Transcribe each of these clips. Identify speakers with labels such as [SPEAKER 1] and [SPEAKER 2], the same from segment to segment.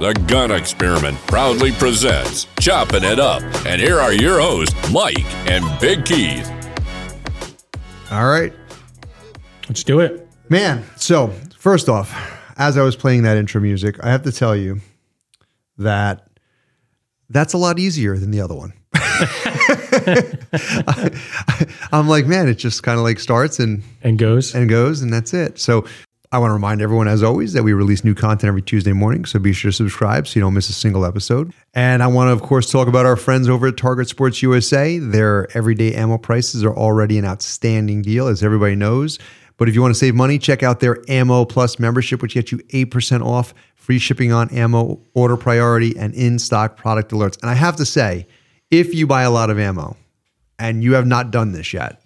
[SPEAKER 1] The Gun Experiment proudly presents Chopping It Up. And here are your hosts, Mike and Big Keith.
[SPEAKER 2] All right.
[SPEAKER 3] Let's do it.
[SPEAKER 2] Man, so first off, as I was playing that intro music, I have to tell you that that's a lot easier than the other one. I, am like, man, it just kind of like starts and
[SPEAKER 3] And goes.
[SPEAKER 2] and goes, and that's it. So I want to remind everyone, as always, that we release new content every Tuesday morning. So be sure to subscribe so you don't miss a single episode. And I want to, of course, talk about our friends over at Target Sports USA. Their everyday ammo prices are already an outstanding deal, as everybody knows. But if you want to save money, check out their Ammo Plus membership, which gets you 8% off, free shipping on ammo, order priority, and in stock product alerts. And I have to say, if you buy a lot of ammo and you have not done this yet,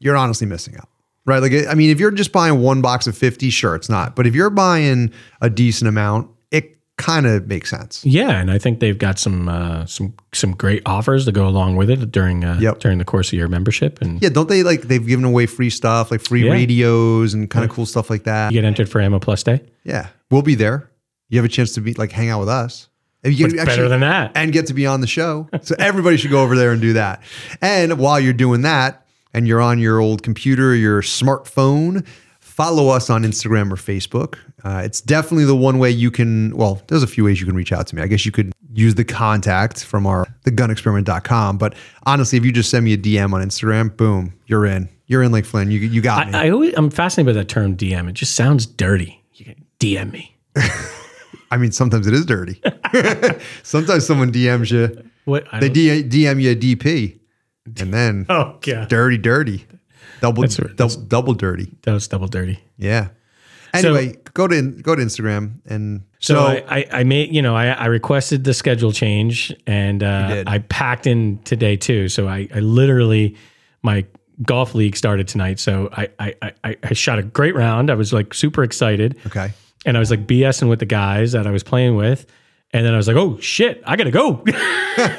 [SPEAKER 2] you're honestly missing out. Right? Like I mean, if you're just buying one box of 50, sure, it's not. But if you're buying a decent amount, it kind of makes sense.
[SPEAKER 3] Yeah, and I think they've got some uh, some some great offers to go along with it during uh,
[SPEAKER 2] Yep.
[SPEAKER 3] during the course of your membership, and
[SPEAKER 2] Yeah, don't they like they've given away free stuff, like free
[SPEAKER 3] Yeah.
[SPEAKER 2] radios and kind of cool stuff like that.
[SPEAKER 3] you get entered for Ammo Plus Day.
[SPEAKER 2] Yeah. We'll be there. You have a chance to be like hang out with us. And you
[SPEAKER 3] What's better than that?
[SPEAKER 2] and get to be on the show. So everybody should go over there and do that. And while you're doing that and you're on your old computer, your smartphone, follow us on Instagram or Facebook. Uh, it's definitely the one way you can, well, there's a few ways you can reach out to me. I guess you could use the contact from our thegunexperiment.com. But honestly, if you just send me a DM on Instagram, boom, you're in. You're in like Flynn. You, you got me.
[SPEAKER 3] I, I always I'm fascinated by that term DM. It just sounds dirty. You can DM me.
[SPEAKER 2] I mean, sometimes it is dirty. sometimes someone DMs you,
[SPEAKER 3] What I
[SPEAKER 2] they
[SPEAKER 3] don't-
[SPEAKER 2] D- DM you a DP, and then.
[SPEAKER 3] Oh god,
[SPEAKER 2] dirty, dirty, double,
[SPEAKER 3] That's right.
[SPEAKER 2] double, double dirty.
[SPEAKER 3] that was double dirty.
[SPEAKER 2] Yeah. Anyway, go to go to Instagram and
[SPEAKER 3] So,
[SPEAKER 2] so,
[SPEAKER 3] I, I, I made, you know, I, I requested the schedule change and uh,
[SPEAKER 2] did.
[SPEAKER 3] I packed in today too. So I, I literally, my golf league started tonight. So I, I, I, I shot a great round. I was like super excited
[SPEAKER 2] okay.
[SPEAKER 3] and I was like BSing with the guys that I was playing with. And then I was like, oh shit, I gotta go.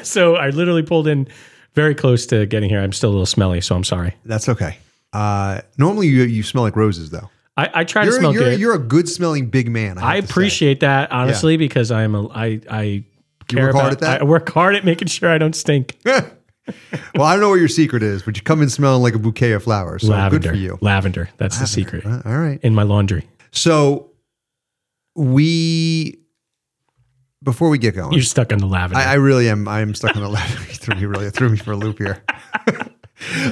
[SPEAKER 3] so I literally pulled in very close to getting here. I'm still a little smelly, so I'm sorry.
[SPEAKER 2] That's okay. Uh, normally you you smell like roses though.
[SPEAKER 3] I, I try to
[SPEAKER 2] You're
[SPEAKER 3] smell
[SPEAKER 2] you're,
[SPEAKER 3] good.
[SPEAKER 2] you're a good smelling big man. I, have
[SPEAKER 3] I
[SPEAKER 2] to say.
[SPEAKER 3] appreciate that honestly because I'm a I I care
[SPEAKER 2] work hard
[SPEAKER 3] about
[SPEAKER 2] at that?
[SPEAKER 3] I work hard at making sure I don't stink.
[SPEAKER 2] Well, I don't know what your secret is, but you come in smelling like a bouquet of flowers. So
[SPEAKER 3] Lavender,
[SPEAKER 2] good for you.
[SPEAKER 3] lavender. That's the secret
[SPEAKER 2] Uh, All right.
[SPEAKER 3] in my laundry.
[SPEAKER 2] So we before we get going,
[SPEAKER 3] You're stuck on the lavender.
[SPEAKER 2] I, I really am. I am stuck on the left. You threw me really it threw me for a loop here.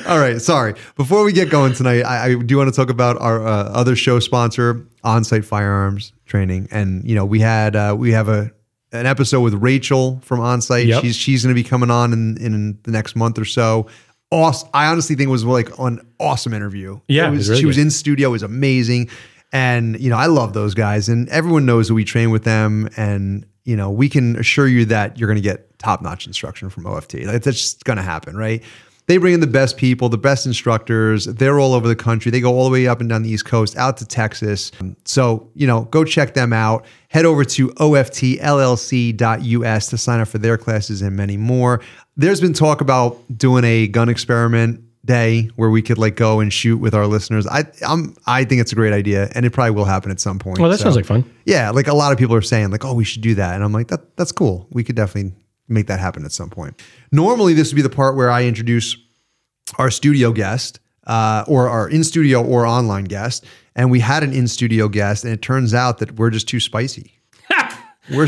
[SPEAKER 2] All right, sorry. Before we get going tonight, I, I do want to talk about our uh, other show sponsor, On-Site Firearms Training, and you know we had uh, we have a an episode with Rachel from On-Site.
[SPEAKER 3] Yep.
[SPEAKER 2] She's she's going to be coming on in, in the next month or so. Awesome. I honestly think it was like an awesome interview.
[SPEAKER 3] Yeah,
[SPEAKER 2] It
[SPEAKER 3] it
[SPEAKER 2] was-
[SPEAKER 3] was really
[SPEAKER 2] she was
[SPEAKER 3] good.
[SPEAKER 2] in studio. It was amazing. And, you know, I love those guys. And everyone knows that we train with them. And, you know, we can assure you that you're going to get top notch instruction from OFT. Like, that's just going to happen, right? They bring in the best people, the best instructors. They're all over the country. They go all the way up and down the East Coast, out to Texas. So, you know, go check them out. Head over to oftllc.us to sign up for their classes and many more. There's been talk about doing a gun experiment day where we could like go and shoot with our listeners. I I'm I think it's a great idea and it probably will happen at some point.
[SPEAKER 3] well, that
[SPEAKER 2] So,
[SPEAKER 3] sounds like fun.
[SPEAKER 2] Yeah, like a lot of people are saying like oh we should do that and I'm like that that's cool. We could definitely make that happen at some point. Normally this would be the part where I introduce our studio guest uh, or our in studio or online guest and we had an in studio guest and it turns out that we're just too spicy. we're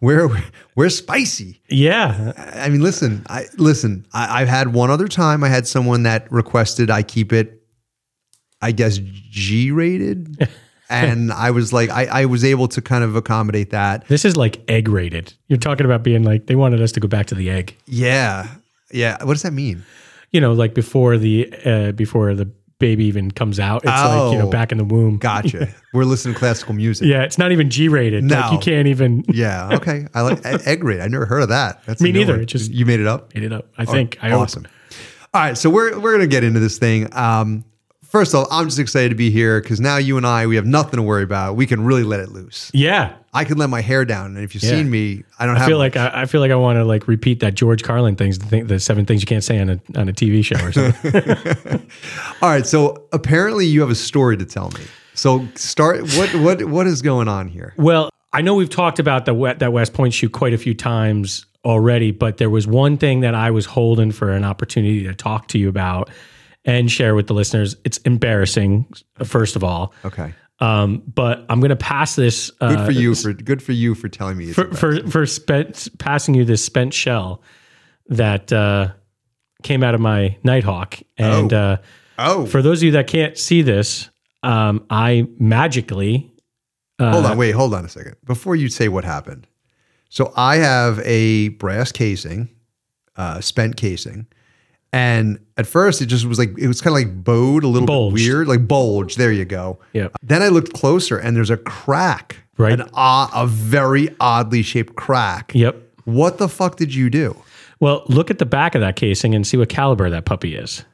[SPEAKER 2] we're we're spicy.
[SPEAKER 3] Yeah,
[SPEAKER 2] I mean, listen, I listen. I, I've had one other time. I had someone that requested I keep it, I guess G rated, and I was like, I, I was able to kind of accommodate that.
[SPEAKER 3] this is like egg rated. You're talking about being like they wanted us to go back to the egg.
[SPEAKER 2] Yeah, yeah. What does that mean?
[SPEAKER 3] You know, like before the uh, before the baby even comes out. It's like you
[SPEAKER 2] Oh.
[SPEAKER 3] know back in the womb.
[SPEAKER 2] Gotcha. We're listening to classical music.
[SPEAKER 3] Yeah, it's not even G rated. Like
[SPEAKER 2] No.
[SPEAKER 3] you can't even
[SPEAKER 2] Yeah. Okay. I like e- egg rate. I never heard of that. That's a
[SPEAKER 3] Me
[SPEAKER 2] new
[SPEAKER 3] neither.
[SPEAKER 2] one.
[SPEAKER 3] It just-
[SPEAKER 2] you made it up.
[SPEAKER 3] made it up. I think I hope.
[SPEAKER 2] awesome. All right, so we're we're gonna get into this thing. Um, first of all, I'm just excited to be here because now you and I we have nothing to worry about. We can really let it loose.
[SPEAKER 3] Yeah,
[SPEAKER 2] I can let my hair down, and if you've
[SPEAKER 3] Yeah.
[SPEAKER 2] seen me, I don't
[SPEAKER 3] I
[SPEAKER 2] have.
[SPEAKER 3] feel like I, I feel like I want to like repeat that George Carlin things, the, thing, the seven things you can't say on a on a TV show or something.
[SPEAKER 2] all right, so apparently you have a story to tell me. So start. What what what is going on here?
[SPEAKER 3] well, I know we've talked about the we- that West Point shoot quite a few times already, but there was one thing that I was holding for an opportunity to talk to you about and share with the listeners. It's embarrassing, first of all,
[SPEAKER 2] Okay.
[SPEAKER 3] um, but I'm going to pass this uh,
[SPEAKER 2] Good for you for good for you for telling me. It's
[SPEAKER 3] for for, for spent, passing you this spent shell that uh, came out of my Nighthawk. And
[SPEAKER 2] Oh.
[SPEAKER 3] uh,
[SPEAKER 2] oh,
[SPEAKER 3] for those of you that can't see this, um, I magically
[SPEAKER 2] hold
[SPEAKER 3] uh,
[SPEAKER 2] on, wait, hold on a second. Before you say what happened, so I have a brass casing, uh, spent casing, and at first it just was like it was kind of like bowed a little
[SPEAKER 3] Bulged.
[SPEAKER 2] bit weird, like bulge. There you go.
[SPEAKER 3] Yep.
[SPEAKER 2] Then I looked closer, and there's a crack,
[SPEAKER 3] Right.
[SPEAKER 2] An odd, a very oddly shaped crack.
[SPEAKER 3] Yep.
[SPEAKER 2] What the fuck did you do?
[SPEAKER 3] Well, look at the back of that casing and see what caliber that puppy is.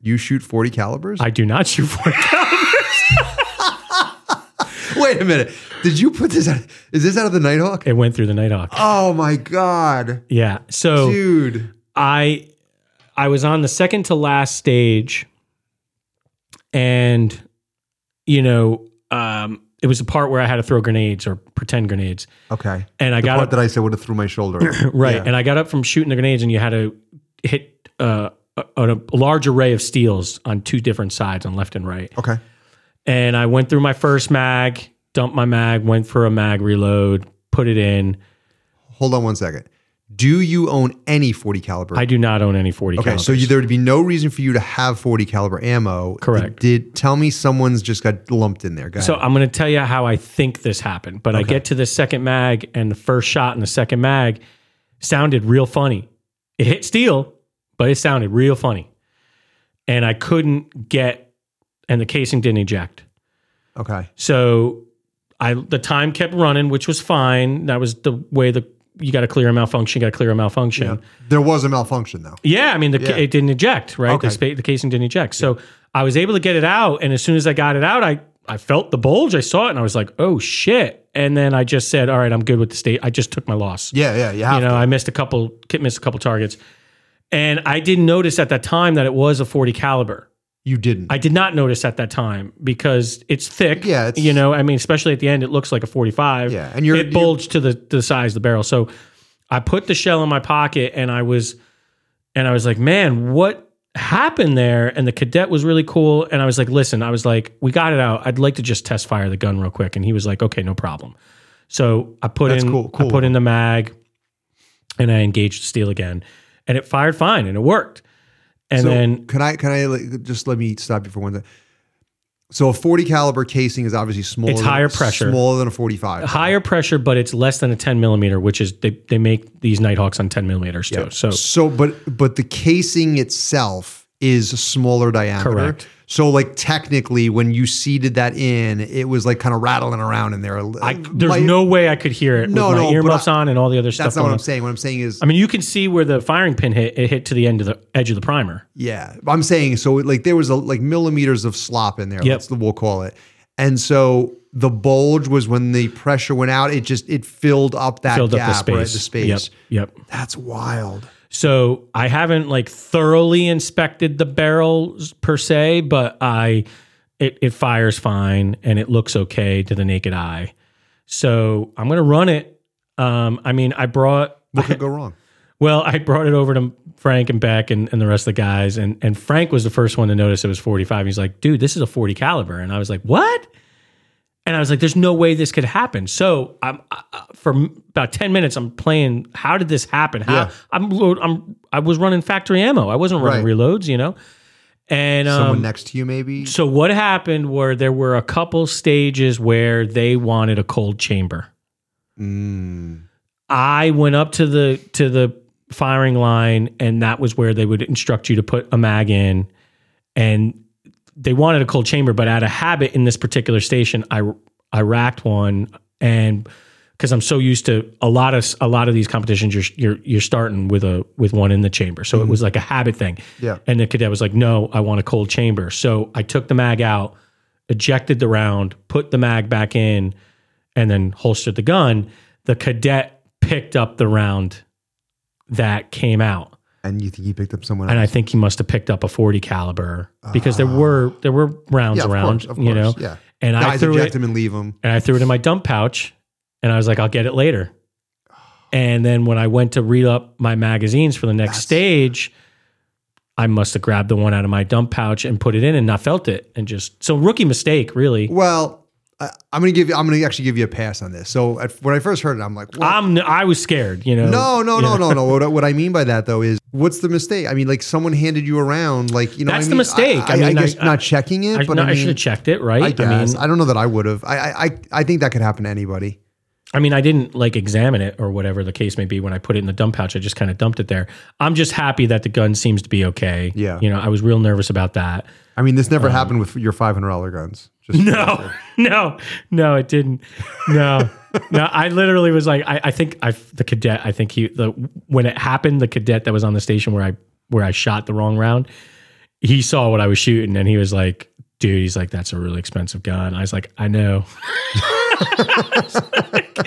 [SPEAKER 2] You shoot forty calibers?
[SPEAKER 3] I do not shoot for
[SPEAKER 2] Wait a minute. Did you put this? Out, is this out of the Nighthawk?
[SPEAKER 3] it. Went through the Nighthawk.
[SPEAKER 2] Oh my god,
[SPEAKER 3] yeah. So
[SPEAKER 2] dude.
[SPEAKER 3] I I was on the second to last stage, and you know, um, it was a part where I had to throw grenades or pretend grenades,
[SPEAKER 2] Okay.
[SPEAKER 3] and I
[SPEAKER 2] The
[SPEAKER 3] got
[SPEAKER 2] part
[SPEAKER 3] up,
[SPEAKER 2] that I said would have threw my shoulder.
[SPEAKER 3] right,
[SPEAKER 2] yeah.
[SPEAKER 3] and I got up from shooting the grenades, and you had to hit uh, a, a large array of steels on two different sides, on left and right.
[SPEAKER 2] okay.
[SPEAKER 3] and I went through my first mag, dumped my mag, went for a mag reload, put it in.
[SPEAKER 2] Hold on one second. Do you own any 40 caliber?
[SPEAKER 3] I do not own any 40
[SPEAKER 2] okay, so you, there would be no reason for you to have 40 caliber ammo.
[SPEAKER 3] Correct.
[SPEAKER 2] Did, tell me someone's just got lumped in there. Go
[SPEAKER 3] so
[SPEAKER 2] ahead.
[SPEAKER 3] I'm going to tell you how I think this happened. But I get to the second mag and the first shot in the second mag sounded real funny. It hit steel, but it sounded real funny. And I couldn't get and the casing didn't eject.
[SPEAKER 2] okay.
[SPEAKER 3] So I the time kept running, which was fine. That was the way the you got to clear a malfunction, you got to clear a malfunction.
[SPEAKER 2] There was a malfunction though.
[SPEAKER 3] Yeah, I mean, the,
[SPEAKER 2] Yeah.
[SPEAKER 3] it didn't eject, right?
[SPEAKER 2] Okay.
[SPEAKER 3] The, spa- the casing didn't eject. So I was able to get it out, and as soon as I got it out, I I felt the bulge. I saw it, and I was like, "Oh shit!" And then I just said, "All right, I'm good with the state." I just took my loss.
[SPEAKER 2] Yeah, yeah, you have
[SPEAKER 3] you know, I missed a couple, ki- missed a couple targets, and I didn't notice at that time that it was a 40 caliber.
[SPEAKER 2] You didn't.
[SPEAKER 3] I did not notice at that time because it's thick.
[SPEAKER 2] Yeah, it's-
[SPEAKER 3] you know, I mean, especially at the end, it looks like a 45.
[SPEAKER 2] Yeah, and you're-
[SPEAKER 3] it bulged to the to the size of the barrel. So I put the shell in my pocket, and I was, and I was like, man, what happened there? And the cadet was really cool, and I was like, listen, I was like, we got it out. I'd like to just test fire the gun real quick, and he was like, okay, no problem. So I put
[SPEAKER 2] That's
[SPEAKER 3] in,
[SPEAKER 2] cool, cool.
[SPEAKER 3] I put in the mag, and I engaged the steel again, and it fired fine, and it worked. And
[SPEAKER 2] So
[SPEAKER 3] then
[SPEAKER 2] can I can I like, just let me stop you for one second? So a 40 caliber casing is obviously smaller.
[SPEAKER 3] It's
[SPEAKER 2] than-
[SPEAKER 3] higher pressure.
[SPEAKER 2] Smaller than a 45.
[SPEAKER 3] higher pressure, but it's less than a 10 millimeter, which is they, they make these Nighthawks on 10 millimeters too. So
[SPEAKER 2] So, but but the casing itself is a smaller diameter.
[SPEAKER 3] Correct.
[SPEAKER 2] So, like technically, when you seeded that in, it was like kind of rattling around in there.
[SPEAKER 3] I, there's no way I could hear it
[SPEAKER 2] No,
[SPEAKER 3] with my
[SPEAKER 2] no, but
[SPEAKER 3] earmuffs
[SPEAKER 2] I-
[SPEAKER 3] on and all the other
[SPEAKER 2] That's
[SPEAKER 3] stuff.
[SPEAKER 2] not what
[SPEAKER 3] Going
[SPEAKER 2] I'm
[SPEAKER 3] on.
[SPEAKER 2] saying. What I'm saying is,
[SPEAKER 3] I mean, you can see where the firing pin hit. It hit to the end of the edge of the primer.
[SPEAKER 2] yeah, I'm saying so. Like there was a, like millimeters of slop in there.
[SPEAKER 3] Yep.
[SPEAKER 2] That's what we'll call it. And so the bulge was when the pressure went out. It just it filled up that
[SPEAKER 3] Filled
[SPEAKER 2] gap,
[SPEAKER 3] up the space.
[SPEAKER 2] Right, the space.
[SPEAKER 3] Yep. Yep.
[SPEAKER 2] That's wild.
[SPEAKER 3] So I haven't like thoroughly inspected the barrels per se, but I it, it fires fine and it looks okay to the naked eye. So I'm gonna run it. Um, I mean, I brought
[SPEAKER 2] What could go wrong?
[SPEAKER 3] Well, I brought it over to Frank and Beck and, and the rest of the guys, and and Frank was the first one to notice it was 45. He's like, dude, this is a 40 caliber, and I was like, what? And I was like, there's no way this could happen. So I'm I, I- for m- about 10 minutes, I'm playing. How did this happen? How
[SPEAKER 2] Yeah.
[SPEAKER 3] I'm load, I'm I was running factory ammo. I wasn't running
[SPEAKER 2] Right.
[SPEAKER 3] reloads, you know. And um,
[SPEAKER 2] Someone next to you, maybe.
[SPEAKER 3] so what happened were there were a couple stages where they wanted a cold chamber.
[SPEAKER 2] Mm.
[SPEAKER 3] I went up to the to the firing line, and that was where they would instruct you to put a mag in, and they wanted a cold chamber, but out of habit in this particular station, I I racked one, and because I'm so used to a lot of a lot of these competitions, you're you're you're starting with a with one in the chamber, so it was like a habit thing.
[SPEAKER 2] Yeah.
[SPEAKER 3] And the cadet was like, "No, I want a cold chamber." So I took the mag out, ejected the round, put the mag back in, and then holstered the gun. The cadet picked up the round that came out,
[SPEAKER 2] And you think he picked up someone
[SPEAKER 3] and I
[SPEAKER 2] else?
[SPEAKER 3] think he must have picked up a forty caliber because there were there were rounds
[SPEAKER 2] of course,
[SPEAKER 3] around,
[SPEAKER 2] Ah. of
[SPEAKER 3] you know.
[SPEAKER 2] course, yeah.
[SPEAKER 3] and I
[SPEAKER 2] Guys
[SPEAKER 3] threw
[SPEAKER 2] eject
[SPEAKER 3] it
[SPEAKER 2] them and leave them.
[SPEAKER 3] and I threw it in my dump pouch, and I was like, I'll get it later. And then when I went to read up my magazines for the next
[SPEAKER 2] That's-
[SPEAKER 3] stage, I must have grabbed the one out of my dump pouch and put it in and not felt it, and just so rookie mistake, really.
[SPEAKER 2] Well, I, I'm gonna give you. I'm gonna actually give you a pass on this. So at, when I first heard it, I'm like, what?
[SPEAKER 3] I'm I was scared, you know.
[SPEAKER 2] no, no,
[SPEAKER 3] You
[SPEAKER 2] no,
[SPEAKER 3] know?
[SPEAKER 2] no, no. What, I- what I mean by that though is, what's the mistake? I mean, like someone handed you around, like you know,
[SPEAKER 3] That's
[SPEAKER 2] I
[SPEAKER 3] the
[SPEAKER 2] mean,
[SPEAKER 3] mistake.
[SPEAKER 2] I,
[SPEAKER 3] I mean,
[SPEAKER 2] I guess
[SPEAKER 3] I-
[SPEAKER 2] not checking it,
[SPEAKER 3] I,
[SPEAKER 2] but
[SPEAKER 3] no,
[SPEAKER 2] I,
[SPEAKER 3] I,
[SPEAKER 2] mean,
[SPEAKER 3] should have checked it, right?
[SPEAKER 2] I guess.
[SPEAKER 3] mean,
[SPEAKER 2] I, don't know that I would have. I, I, I, I think that could happen to anybody.
[SPEAKER 3] I mean, I didn't like examine it or whatever the case may be when I put it in the dump pouch. I just kind of dumped it there. I'm just happy that the gun seems to be okay.
[SPEAKER 2] Yeah.
[SPEAKER 3] You know, I was real nervous about that.
[SPEAKER 2] I mean, this never happened with your five hundred dollar guns. Just
[SPEAKER 3] No, Oh, no, no, it didn't. No, no, I literally was like, I, I think I, the cadet, I think he, the, when it happened, the cadet that was on the station where I, where I shot the wrong round, he saw what I was shooting and he was like, dude, he's like, that's a really expensive gun. I was like, I know. I was like,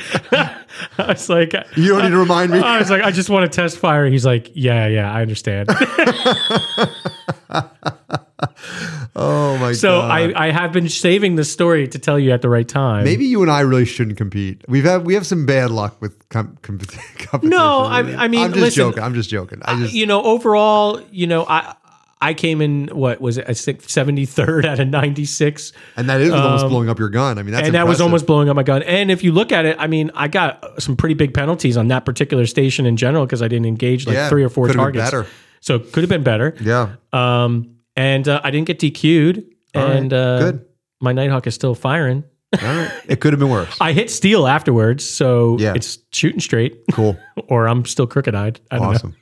[SPEAKER 3] I was like
[SPEAKER 2] You don't need to remind me.
[SPEAKER 3] I was like, I just want to test fire. He's like, yeah, yeah, I understand.
[SPEAKER 2] Oh my
[SPEAKER 3] So
[SPEAKER 2] god.
[SPEAKER 3] I, I have been saving this story to tell you at the right time.
[SPEAKER 2] Maybe you and I really shouldn't compete. We've had we have some bad luck with com- com- competition.
[SPEAKER 3] No, I- I mean,
[SPEAKER 2] I'm just
[SPEAKER 3] listen,
[SPEAKER 2] joking. I'm just joking. I just
[SPEAKER 3] you know, overall, you know, I I came in what was it? I think seventy third out of ninety six,
[SPEAKER 2] and that is with almost blowing up your gun. I mean, that's
[SPEAKER 3] um, and that was
[SPEAKER 2] impressive.
[SPEAKER 3] almost blowing up my gun. And if you look at it, I mean, I got some pretty big penalties on that particular station in general because I didn't engage like
[SPEAKER 2] Yeah,
[SPEAKER 3] three or four
[SPEAKER 2] could've been
[SPEAKER 3] targets.
[SPEAKER 2] better.
[SPEAKER 3] So it could have been better.
[SPEAKER 2] yeah.
[SPEAKER 3] Um, and uh, I didn't get DQ'd,
[SPEAKER 2] All right,
[SPEAKER 3] and uh,
[SPEAKER 2] good.
[SPEAKER 3] My Nighthawk is still firing.
[SPEAKER 2] All right. It could have been worse.
[SPEAKER 3] I hit steel afterwards, so
[SPEAKER 2] Yeah.
[SPEAKER 3] it's shooting straight,
[SPEAKER 2] Cool.
[SPEAKER 3] or I'm still crooked eyed. I don't know.
[SPEAKER 2] Awesome.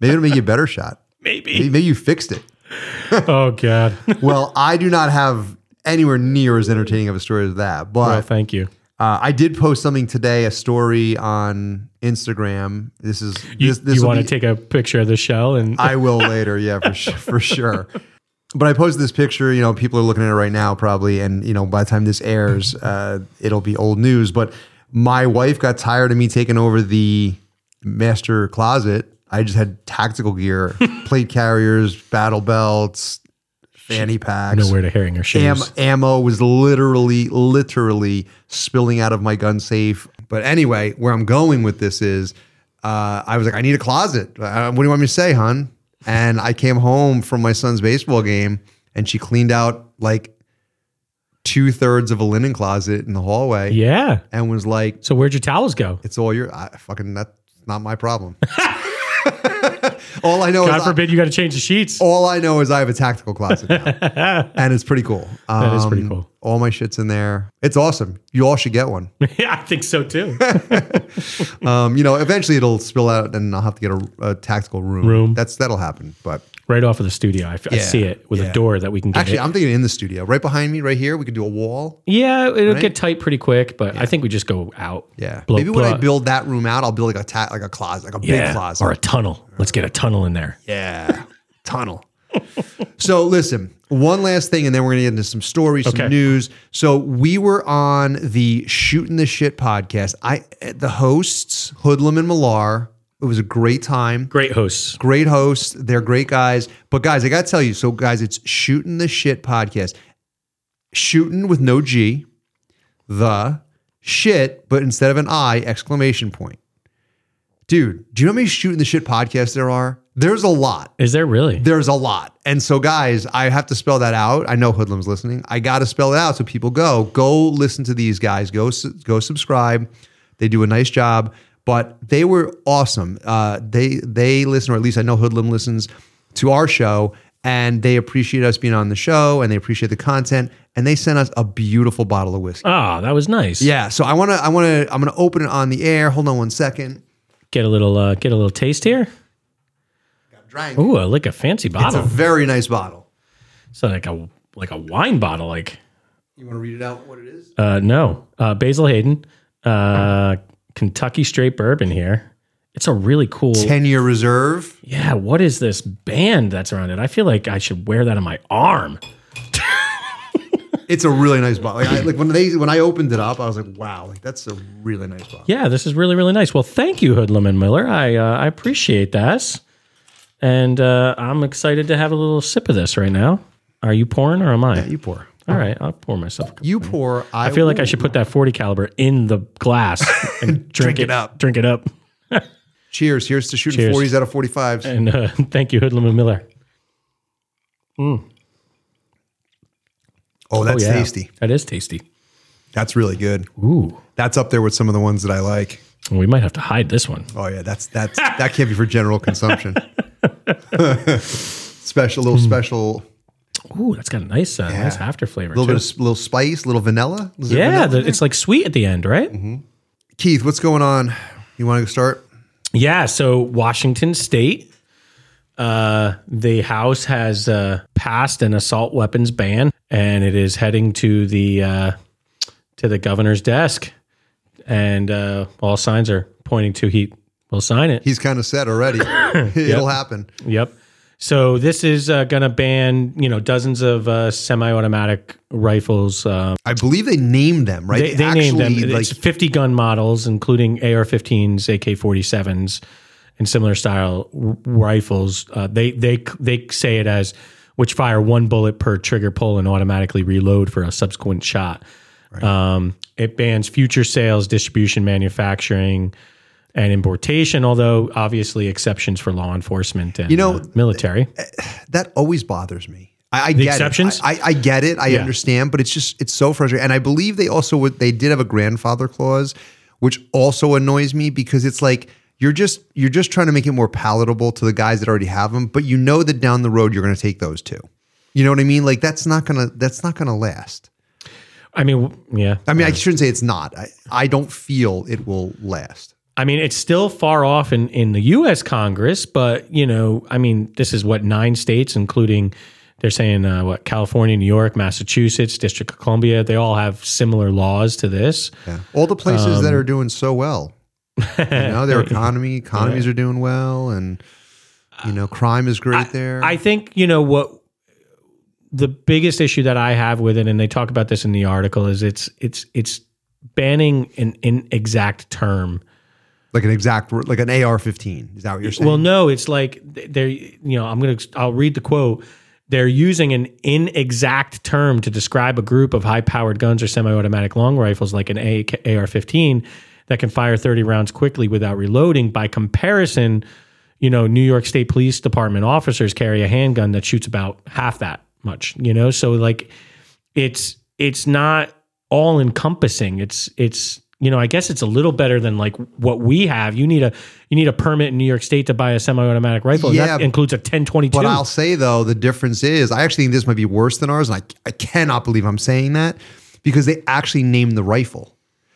[SPEAKER 2] Maybe it'll make you a better shot. Maybe,
[SPEAKER 3] Maybe.
[SPEAKER 2] maybe you fixed it.
[SPEAKER 3] oh God.
[SPEAKER 2] Well, I do not have anywhere near as entertaining of a story as that,
[SPEAKER 3] well,
[SPEAKER 2] but
[SPEAKER 3] thank you.
[SPEAKER 2] uh, I did post something today, a story on Instagram. This is
[SPEAKER 3] You,
[SPEAKER 2] this this
[SPEAKER 3] you
[SPEAKER 2] will
[SPEAKER 3] want to
[SPEAKER 2] be-
[SPEAKER 3] take a picture of the shell and
[SPEAKER 2] I will later. Yeah, for sure, for sure. But I posted this picture. You know, people are looking at it right now, probably, and you know, by the time this airs, uh, it'll be old news. But my wife got tired of me taking over the master closet. I just had tactical gear, plate carriers, battle belts, fanny packs.
[SPEAKER 3] nowhere to herring or shoes.
[SPEAKER 2] Am- ammo was literally, literally spilling out of my gun safe. But anyway, where I'm going with this is, uh, I was like, I need a closet. Uh, what do you want me to say, hon? And I came home from my son's baseball game, and she cleaned out like two thirds of a linen closet in the hallway,
[SPEAKER 3] yeah.
[SPEAKER 2] and was like,
[SPEAKER 3] So where'd your towels go?
[SPEAKER 2] "It's all your I, fucking. That's not my problem." all I Oh, know
[SPEAKER 3] God
[SPEAKER 2] is I-
[SPEAKER 3] forbid you got to change the sheets.
[SPEAKER 2] all I know is I have a tactical closet now, and it's pretty cool.
[SPEAKER 3] That is
[SPEAKER 2] um,
[SPEAKER 3] pretty cool.
[SPEAKER 2] All my shit's in there. It's awesome. You all should get one.
[SPEAKER 3] yeah, I think so too.
[SPEAKER 2] Um, you know, eventually it'll spill out, and I'll have to get a, a tactical room.
[SPEAKER 3] Room.
[SPEAKER 2] That's that'll happen. But
[SPEAKER 3] right off of the studio, I, f- I
[SPEAKER 2] Yeah,
[SPEAKER 3] see it with
[SPEAKER 2] yeah.
[SPEAKER 3] a door that we can get.
[SPEAKER 2] actually,
[SPEAKER 3] it.
[SPEAKER 2] I'm thinking in the studio, right behind me, right here. We could do a wall.
[SPEAKER 3] yeah, it'll
[SPEAKER 2] Right?
[SPEAKER 3] get tight pretty quick, but I think we just go out.
[SPEAKER 2] Yeah.
[SPEAKER 3] Blow-
[SPEAKER 2] Maybe when
[SPEAKER 3] blow
[SPEAKER 2] I
[SPEAKER 3] out-
[SPEAKER 2] build that room out, I'll build like a ta- like a closet, like a
[SPEAKER 3] yeah,
[SPEAKER 2] big closet
[SPEAKER 3] or a tunnel. Let's get a tunnel in there.
[SPEAKER 2] Yeah. Tunnel. so listen, one last thing, and then we're gonna get into some stories, some
[SPEAKER 3] Okay.
[SPEAKER 2] news. So we were on the Shooting the Shit podcast. I the hosts, Hoodlum and Millar. It was a great time.
[SPEAKER 3] Great hosts.
[SPEAKER 2] Great hosts. They're great guys. But guys, I gotta tell you, so guys, it's Shooting the Shit podcast. Shooting with no G, the shit, but instead of an I, exclamation point. Dude, do you know how many shooting the shit podcasts there are? There's a lot.
[SPEAKER 3] Is there really?
[SPEAKER 2] There's a lot. And so, guys, I have to spell that out. I know Hoodlum's listening. I got to spell it out so people go. Go listen to these guys. Go, su- go subscribe. They do a nice job, but they were awesome. Uh, they, they listen, or at least I know Hoodlum listens to our show, and they appreciate us being on the show and they appreciate the content. And they sent us a beautiful bottle of whiskey.
[SPEAKER 3] Ah, that was nice.
[SPEAKER 2] Yeah. So, I want to, I want to, I'm going to open it on the air. Hold on one second.
[SPEAKER 3] Get a little, uh, get a little taste here.
[SPEAKER 2] Drank.
[SPEAKER 3] Ooh, I like a fancy
[SPEAKER 2] It's a
[SPEAKER 3] bottle.
[SPEAKER 2] very nice bottle.
[SPEAKER 3] so like a like a wine bottle, like.
[SPEAKER 2] You want to read it out what it is?
[SPEAKER 3] Uh, no, uh, Basil Hayden, uh, Kentucky Straight Bourbon here. It's a really cool.
[SPEAKER 2] 10 year reserve.
[SPEAKER 3] Yeah, what is this band that's around it? I feel like I should wear that on my arm.
[SPEAKER 2] It's a really nice bottle. Like, I, like when they when I opened it up, I was like, wow, like that's a really nice bottle.
[SPEAKER 3] Yeah, this is really really nice. Well, thank you, Hoodlum and Miller. I uh, I appreciate this, and uh, I'm excited to have a little sip of this right now. Are you pouring or am I?
[SPEAKER 2] You pour.
[SPEAKER 3] All right, I'll pour myself. A cup.
[SPEAKER 2] You pour. I,
[SPEAKER 3] I feel like I
[SPEAKER 2] will.
[SPEAKER 3] should put that 40 caliber in the glass and drink,
[SPEAKER 2] Drink it up.
[SPEAKER 3] Drink it up.
[SPEAKER 2] Cheers. Here's to shooting
[SPEAKER 3] Cheers.
[SPEAKER 2] 40s out of 45s.
[SPEAKER 3] And uh, thank you, Hoodlum and Miller.
[SPEAKER 2] oh, that's
[SPEAKER 3] Oh, yeah.
[SPEAKER 2] tasty.
[SPEAKER 3] That is tasty.
[SPEAKER 2] That's really good.
[SPEAKER 3] Ooh.
[SPEAKER 2] That's up there with some of the ones that I like.
[SPEAKER 3] We might have to hide this one.
[SPEAKER 2] Oh yeah, that's that's that can't be for general consumption. special little
[SPEAKER 3] Hmm.
[SPEAKER 2] special,
[SPEAKER 3] Ooh, that's got a nice, uh, nice after flavor.
[SPEAKER 2] a little
[SPEAKER 3] too.
[SPEAKER 2] bit of s- little spice, little vanilla. Is there Mm-hmm.
[SPEAKER 3] yeah,
[SPEAKER 2] vanilla?
[SPEAKER 3] the, it's like sweet at the end, right?
[SPEAKER 2] Keith, what's going on? You want to start?
[SPEAKER 3] Yeah. So Washington State, uh, the House has uh, passed an assault weapons ban, and it is heading to the uh, to the governor's desk, and uh, all signs are pointing to he will sign it.
[SPEAKER 2] He's kind of said already. It'll happen.
[SPEAKER 3] Yep. So this is uh, going to ban you know dozens of uh, semi-automatic rifles. Um,
[SPEAKER 2] I believe they named them right.
[SPEAKER 3] they they named them.
[SPEAKER 2] actually,
[SPEAKER 3] It's 50 gun models, including AR-15s, AK-47s, and similar style r- rifles. Uh, they they they say it as which fire one bullet per trigger pull and automatically reload for a subsequent shot. Um, it bans future sales, distribution, manufacturing, and importation. Although obviously exceptions for law enforcement and
[SPEAKER 2] You know, eh,
[SPEAKER 3] uh, military.
[SPEAKER 2] that always bothers me. I, I get
[SPEAKER 3] exceptions?
[SPEAKER 2] It. I, I, I get it. I
[SPEAKER 3] Yeah.
[SPEAKER 2] understand, but it's just it's so frustrating. And I believe they also would they did have a grandfather clause, which also annoys me because it's like you're just you're just trying to make it more palatable to the guys that already have them, but you know that down the road you're going to take those too. You know what I mean? Like that's not gonna that's not gonna last.
[SPEAKER 3] I mean, w- yeah.
[SPEAKER 2] I mean, I shouldn't say it's not. I, I don't feel it will last.
[SPEAKER 3] I mean, it's still far off in, in the U.S. Congress, but you know, I mean, this is what nine states, including they're saying uh, what California, New York, Massachusetts, District of Columbia, they all have similar laws to this.
[SPEAKER 2] Yeah. All the places that are
[SPEAKER 3] Um,
[SPEAKER 2] doing so well, you know, their economy economies are doing well, and you know, crime is great there.
[SPEAKER 3] I think you know what the biggest issue that I have with it, and they talk about this in the article, is it's it's it's banning an inexact term.
[SPEAKER 2] like an exact word- like an AR-15. Is that what you're saying?
[SPEAKER 3] Well, no, it's like they're you know I'm gonna I'll read the quote. They're using an inexact term to describe a group of high-powered guns or semi-automatic long rifles, like an AK, AR-15, that can fire 30 rounds quickly without reloading. By comparison, you know, New York State Police Department officers carry a handgun that shoots about half that much. You know, so like it's it's not all encompassing it's it's you know i guess it's a little better than like what we have you need a you need a permit in new york state to buy a semi-automatic rifle and that
[SPEAKER 2] Yeah,
[SPEAKER 3] includes a 1022
[SPEAKER 2] but I'll say though, the difference is I actually think this might be worse than ours, and I I cannot believe I'm saying that because they actually named the rifle.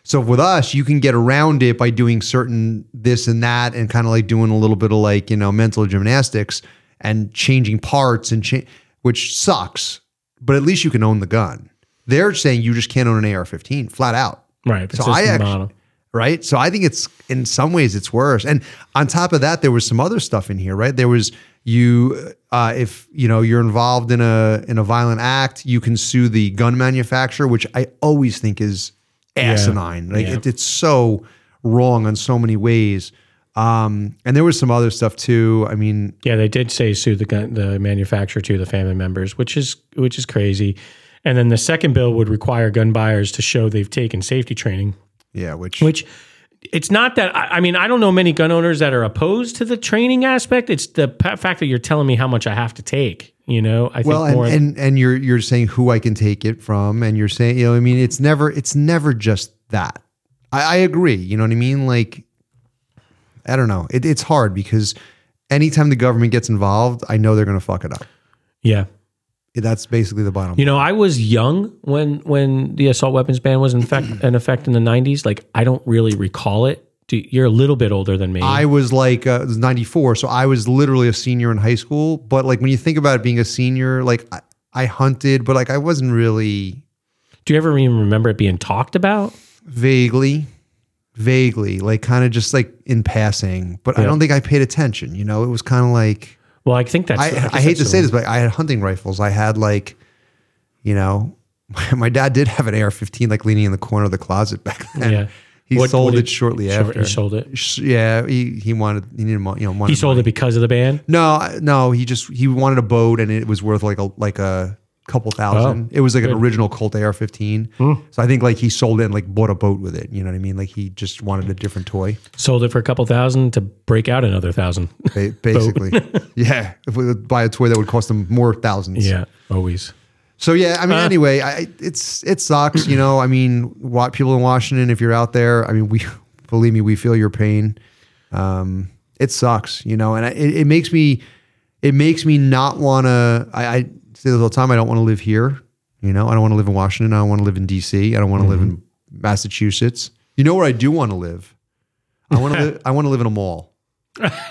[SPEAKER 2] So with us, you can get around it by doing certain this and that, and kind of like doing a little bit of like you know mental gymnastics and changing parts and cha- which sucks. But at least you can own the gun. They're saying you just can't own an AR-15 flat out.
[SPEAKER 3] right it's
[SPEAKER 2] So
[SPEAKER 3] just
[SPEAKER 2] I
[SPEAKER 3] the
[SPEAKER 2] actually-
[SPEAKER 3] model.
[SPEAKER 2] right? So I think it's in some ways it's worse. And on top of that, there was some other stuff in here, right? There was you uh, if you know you're involved in a in a violent act, you can sue the gun manufacturer, which I always think is asinine. Like it, it's so wrong on so many ways. Um, and there was some other stuff too. I mean,
[SPEAKER 3] yeah they did say sue the gun the manufacturer to the family members which is which is crazy and then the second bill would require gun buyers to show they've taken safety training
[SPEAKER 2] yeah, which
[SPEAKER 3] which it's not that I, I mean I don't know many gun owners that are opposed to the training aspect. It's the pa- fact that you're telling me how much I have to take. You know, I
[SPEAKER 2] well,
[SPEAKER 3] think more.
[SPEAKER 2] and, and and you're you're saying who I can take it from, and you're saying you know, I mean, it's never it's never just that. I, I agree. You know what I mean? Like, I don't know. It, it's hard because anytime the government gets involved, I know they're going to fuck it up.
[SPEAKER 3] yeah,
[SPEAKER 2] That's basically the bottom.
[SPEAKER 3] you know, I was young when when the assault weapons ban was in fact in effect in the '90s. Like, I don't really recall it. Do, you're a little bit older than me.
[SPEAKER 2] I was like uh, it was 94, so I was literally a senior in high school. But like when you think about it, being a senior, like I, I hunted, but like I wasn't really
[SPEAKER 3] Do you ever even remember it being talked about?
[SPEAKER 2] vaguely vaguely like kind of just like in passing but i don't think i paid attention you know it was kind of like
[SPEAKER 3] Well, I think that's.
[SPEAKER 2] i,
[SPEAKER 3] guess
[SPEAKER 2] I hate
[SPEAKER 3] that's
[SPEAKER 2] to
[SPEAKER 3] the
[SPEAKER 2] say
[SPEAKER 3] one.
[SPEAKER 2] this but i had hunting rifles i had like you know my, dad did have an ar-15 like leaning in the corner of the closet back then
[SPEAKER 3] Yeah.
[SPEAKER 2] he
[SPEAKER 3] What-
[SPEAKER 2] sold
[SPEAKER 3] what
[SPEAKER 2] it
[SPEAKER 3] did-
[SPEAKER 2] shortly
[SPEAKER 3] Sure,
[SPEAKER 2] after
[SPEAKER 3] He sold it.
[SPEAKER 2] Sh- yeah he, he wanted he needed mon- you know money
[SPEAKER 3] He sold it because of the ban.
[SPEAKER 2] no I- no he just he wanted a boat and it was worth like a like a couple thousand. it was like an original Colt AR-15. So I think like he sold it and like bought a boat with it. You know what I mean? Like he just wanted a different toy,
[SPEAKER 3] Sold it for a couple thousand to break out another thousand.
[SPEAKER 2] ba- basically. yeah, if we would buy a toy that would cost him more thousands.
[SPEAKER 3] yeah, always.
[SPEAKER 2] So yeah, I mean, anyway, I, it's it sucks, you know. I mean, what people in Washington, if you're out there, I mean, we believe me, we feel your pain. Um, it sucks, you know, and I, it, it makes me, it makes me not want to. I, I say this all the time. I don't want to live here, you know. I don't want to live in Washington. I don't want to live in D.C. I don't want to live in Massachusetts. You know where I do want to live? I want to. li- I want to live in a mall.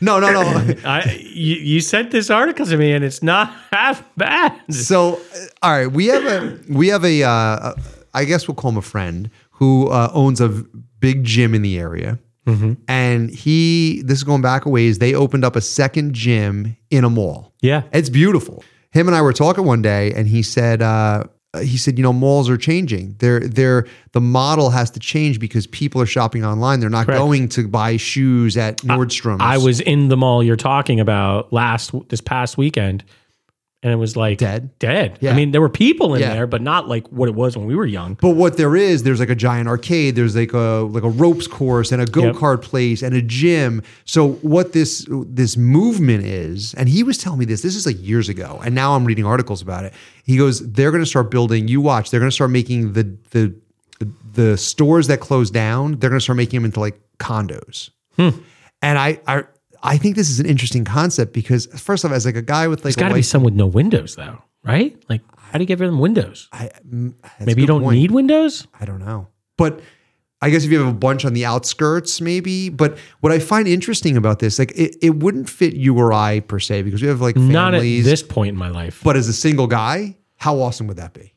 [SPEAKER 2] no, no, no.
[SPEAKER 3] I you, you sent this article to me and it's not half bad.
[SPEAKER 2] So, uh, all right, we have a we have a, uh, a I guess we'll call him a friend who uh, owns a v- big gym in the area,
[SPEAKER 3] Mm-hmm.
[SPEAKER 2] and he this is going back a ways. They opened up a second gym in a mall.
[SPEAKER 3] Yeah.
[SPEAKER 2] It's beautiful. Him and I were talking one day, and he said, uh, he said, you know, malls are changing. They're they're the model has to change because people are shopping online. They're not going to buy shoes at Nordstrom's.
[SPEAKER 3] I was in the mall you're talking about last this past weekend, and it was like
[SPEAKER 2] Dead?
[SPEAKER 3] dead.
[SPEAKER 2] Yeah.
[SPEAKER 3] I mean, there were people in
[SPEAKER 2] Yeah.
[SPEAKER 3] there, but not like what it was when we were young.
[SPEAKER 2] But what there is, there's like a giant arcade, there's like a like a ropes course and a go kart place and a gym. So what this this movement is, and he was telling me this. This is like years ago, and now I'm reading articles about it. He goes, they're going to start building. You watch, they're going to start making the the the stores that close down. They're going to start making them into like condos.
[SPEAKER 3] Hmm.
[SPEAKER 2] And I I I think this is an interesting concept because first off, as like a guy with like
[SPEAKER 3] There's got
[SPEAKER 2] a
[SPEAKER 3] to be
[SPEAKER 2] life-
[SPEAKER 3] some with no windows though, right? Like, how do you get rid of them windows?
[SPEAKER 2] I- mm, that's a
[SPEAKER 3] Maybe you
[SPEAKER 2] good
[SPEAKER 3] don't
[SPEAKER 2] point.
[SPEAKER 3] need windows.
[SPEAKER 2] I don't know. But I guess if you have a bunch on the outskirts, maybe. But what I find interesting about this, like it, it wouldn't fit you or I per se, because we have like families.
[SPEAKER 3] Not at this point in my life.
[SPEAKER 2] but as a single guy, how awesome would that be?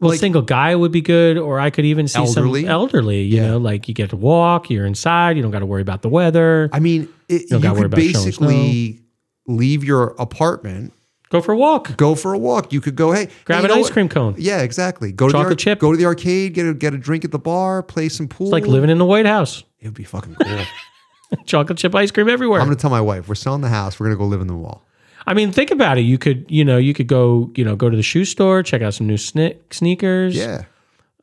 [SPEAKER 3] Well,
[SPEAKER 2] like-
[SPEAKER 3] single guy would be good, or I could even see
[SPEAKER 2] Elderly?
[SPEAKER 3] some elderly. You
[SPEAKER 2] Yeah.
[SPEAKER 3] know, like you get to walk, you're inside, you don't got to worry about the weather.
[SPEAKER 2] I mean, it, you,
[SPEAKER 3] don't gotta worry
[SPEAKER 2] could
[SPEAKER 3] about showing
[SPEAKER 2] basically leave your apartment,
[SPEAKER 3] Go for a walk,
[SPEAKER 2] go for a walk. You could go, hey,
[SPEAKER 3] grab
[SPEAKER 2] hey, you
[SPEAKER 3] an
[SPEAKER 2] know
[SPEAKER 3] ice
[SPEAKER 2] what?
[SPEAKER 3] cream cone.
[SPEAKER 2] Yeah, exactly. Go to the
[SPEAKER 3] Chocolate
[SPEAKER 2] ar-
[SPEAKER 3] chip.
[SPEAKER 2] Go to the arcade. Get a get a drink at the bar. Play some pool.
[SPEAKER 3] It's like living in the White House.
[SPEAKER 2] It would be fucking cool.
[SPEAKER 3] Chocolate chip ice cream everywhere.
[SPEAKER 2] I'm gonna tell my wife we're selling the house. We're gonna go live in the wall.
[SPEAKER 3] I mean, think about it. You could, you know, you could go, you know, go to the shoe store, check out some new sne- sneakers.
[SPEAKER 2] Yeah.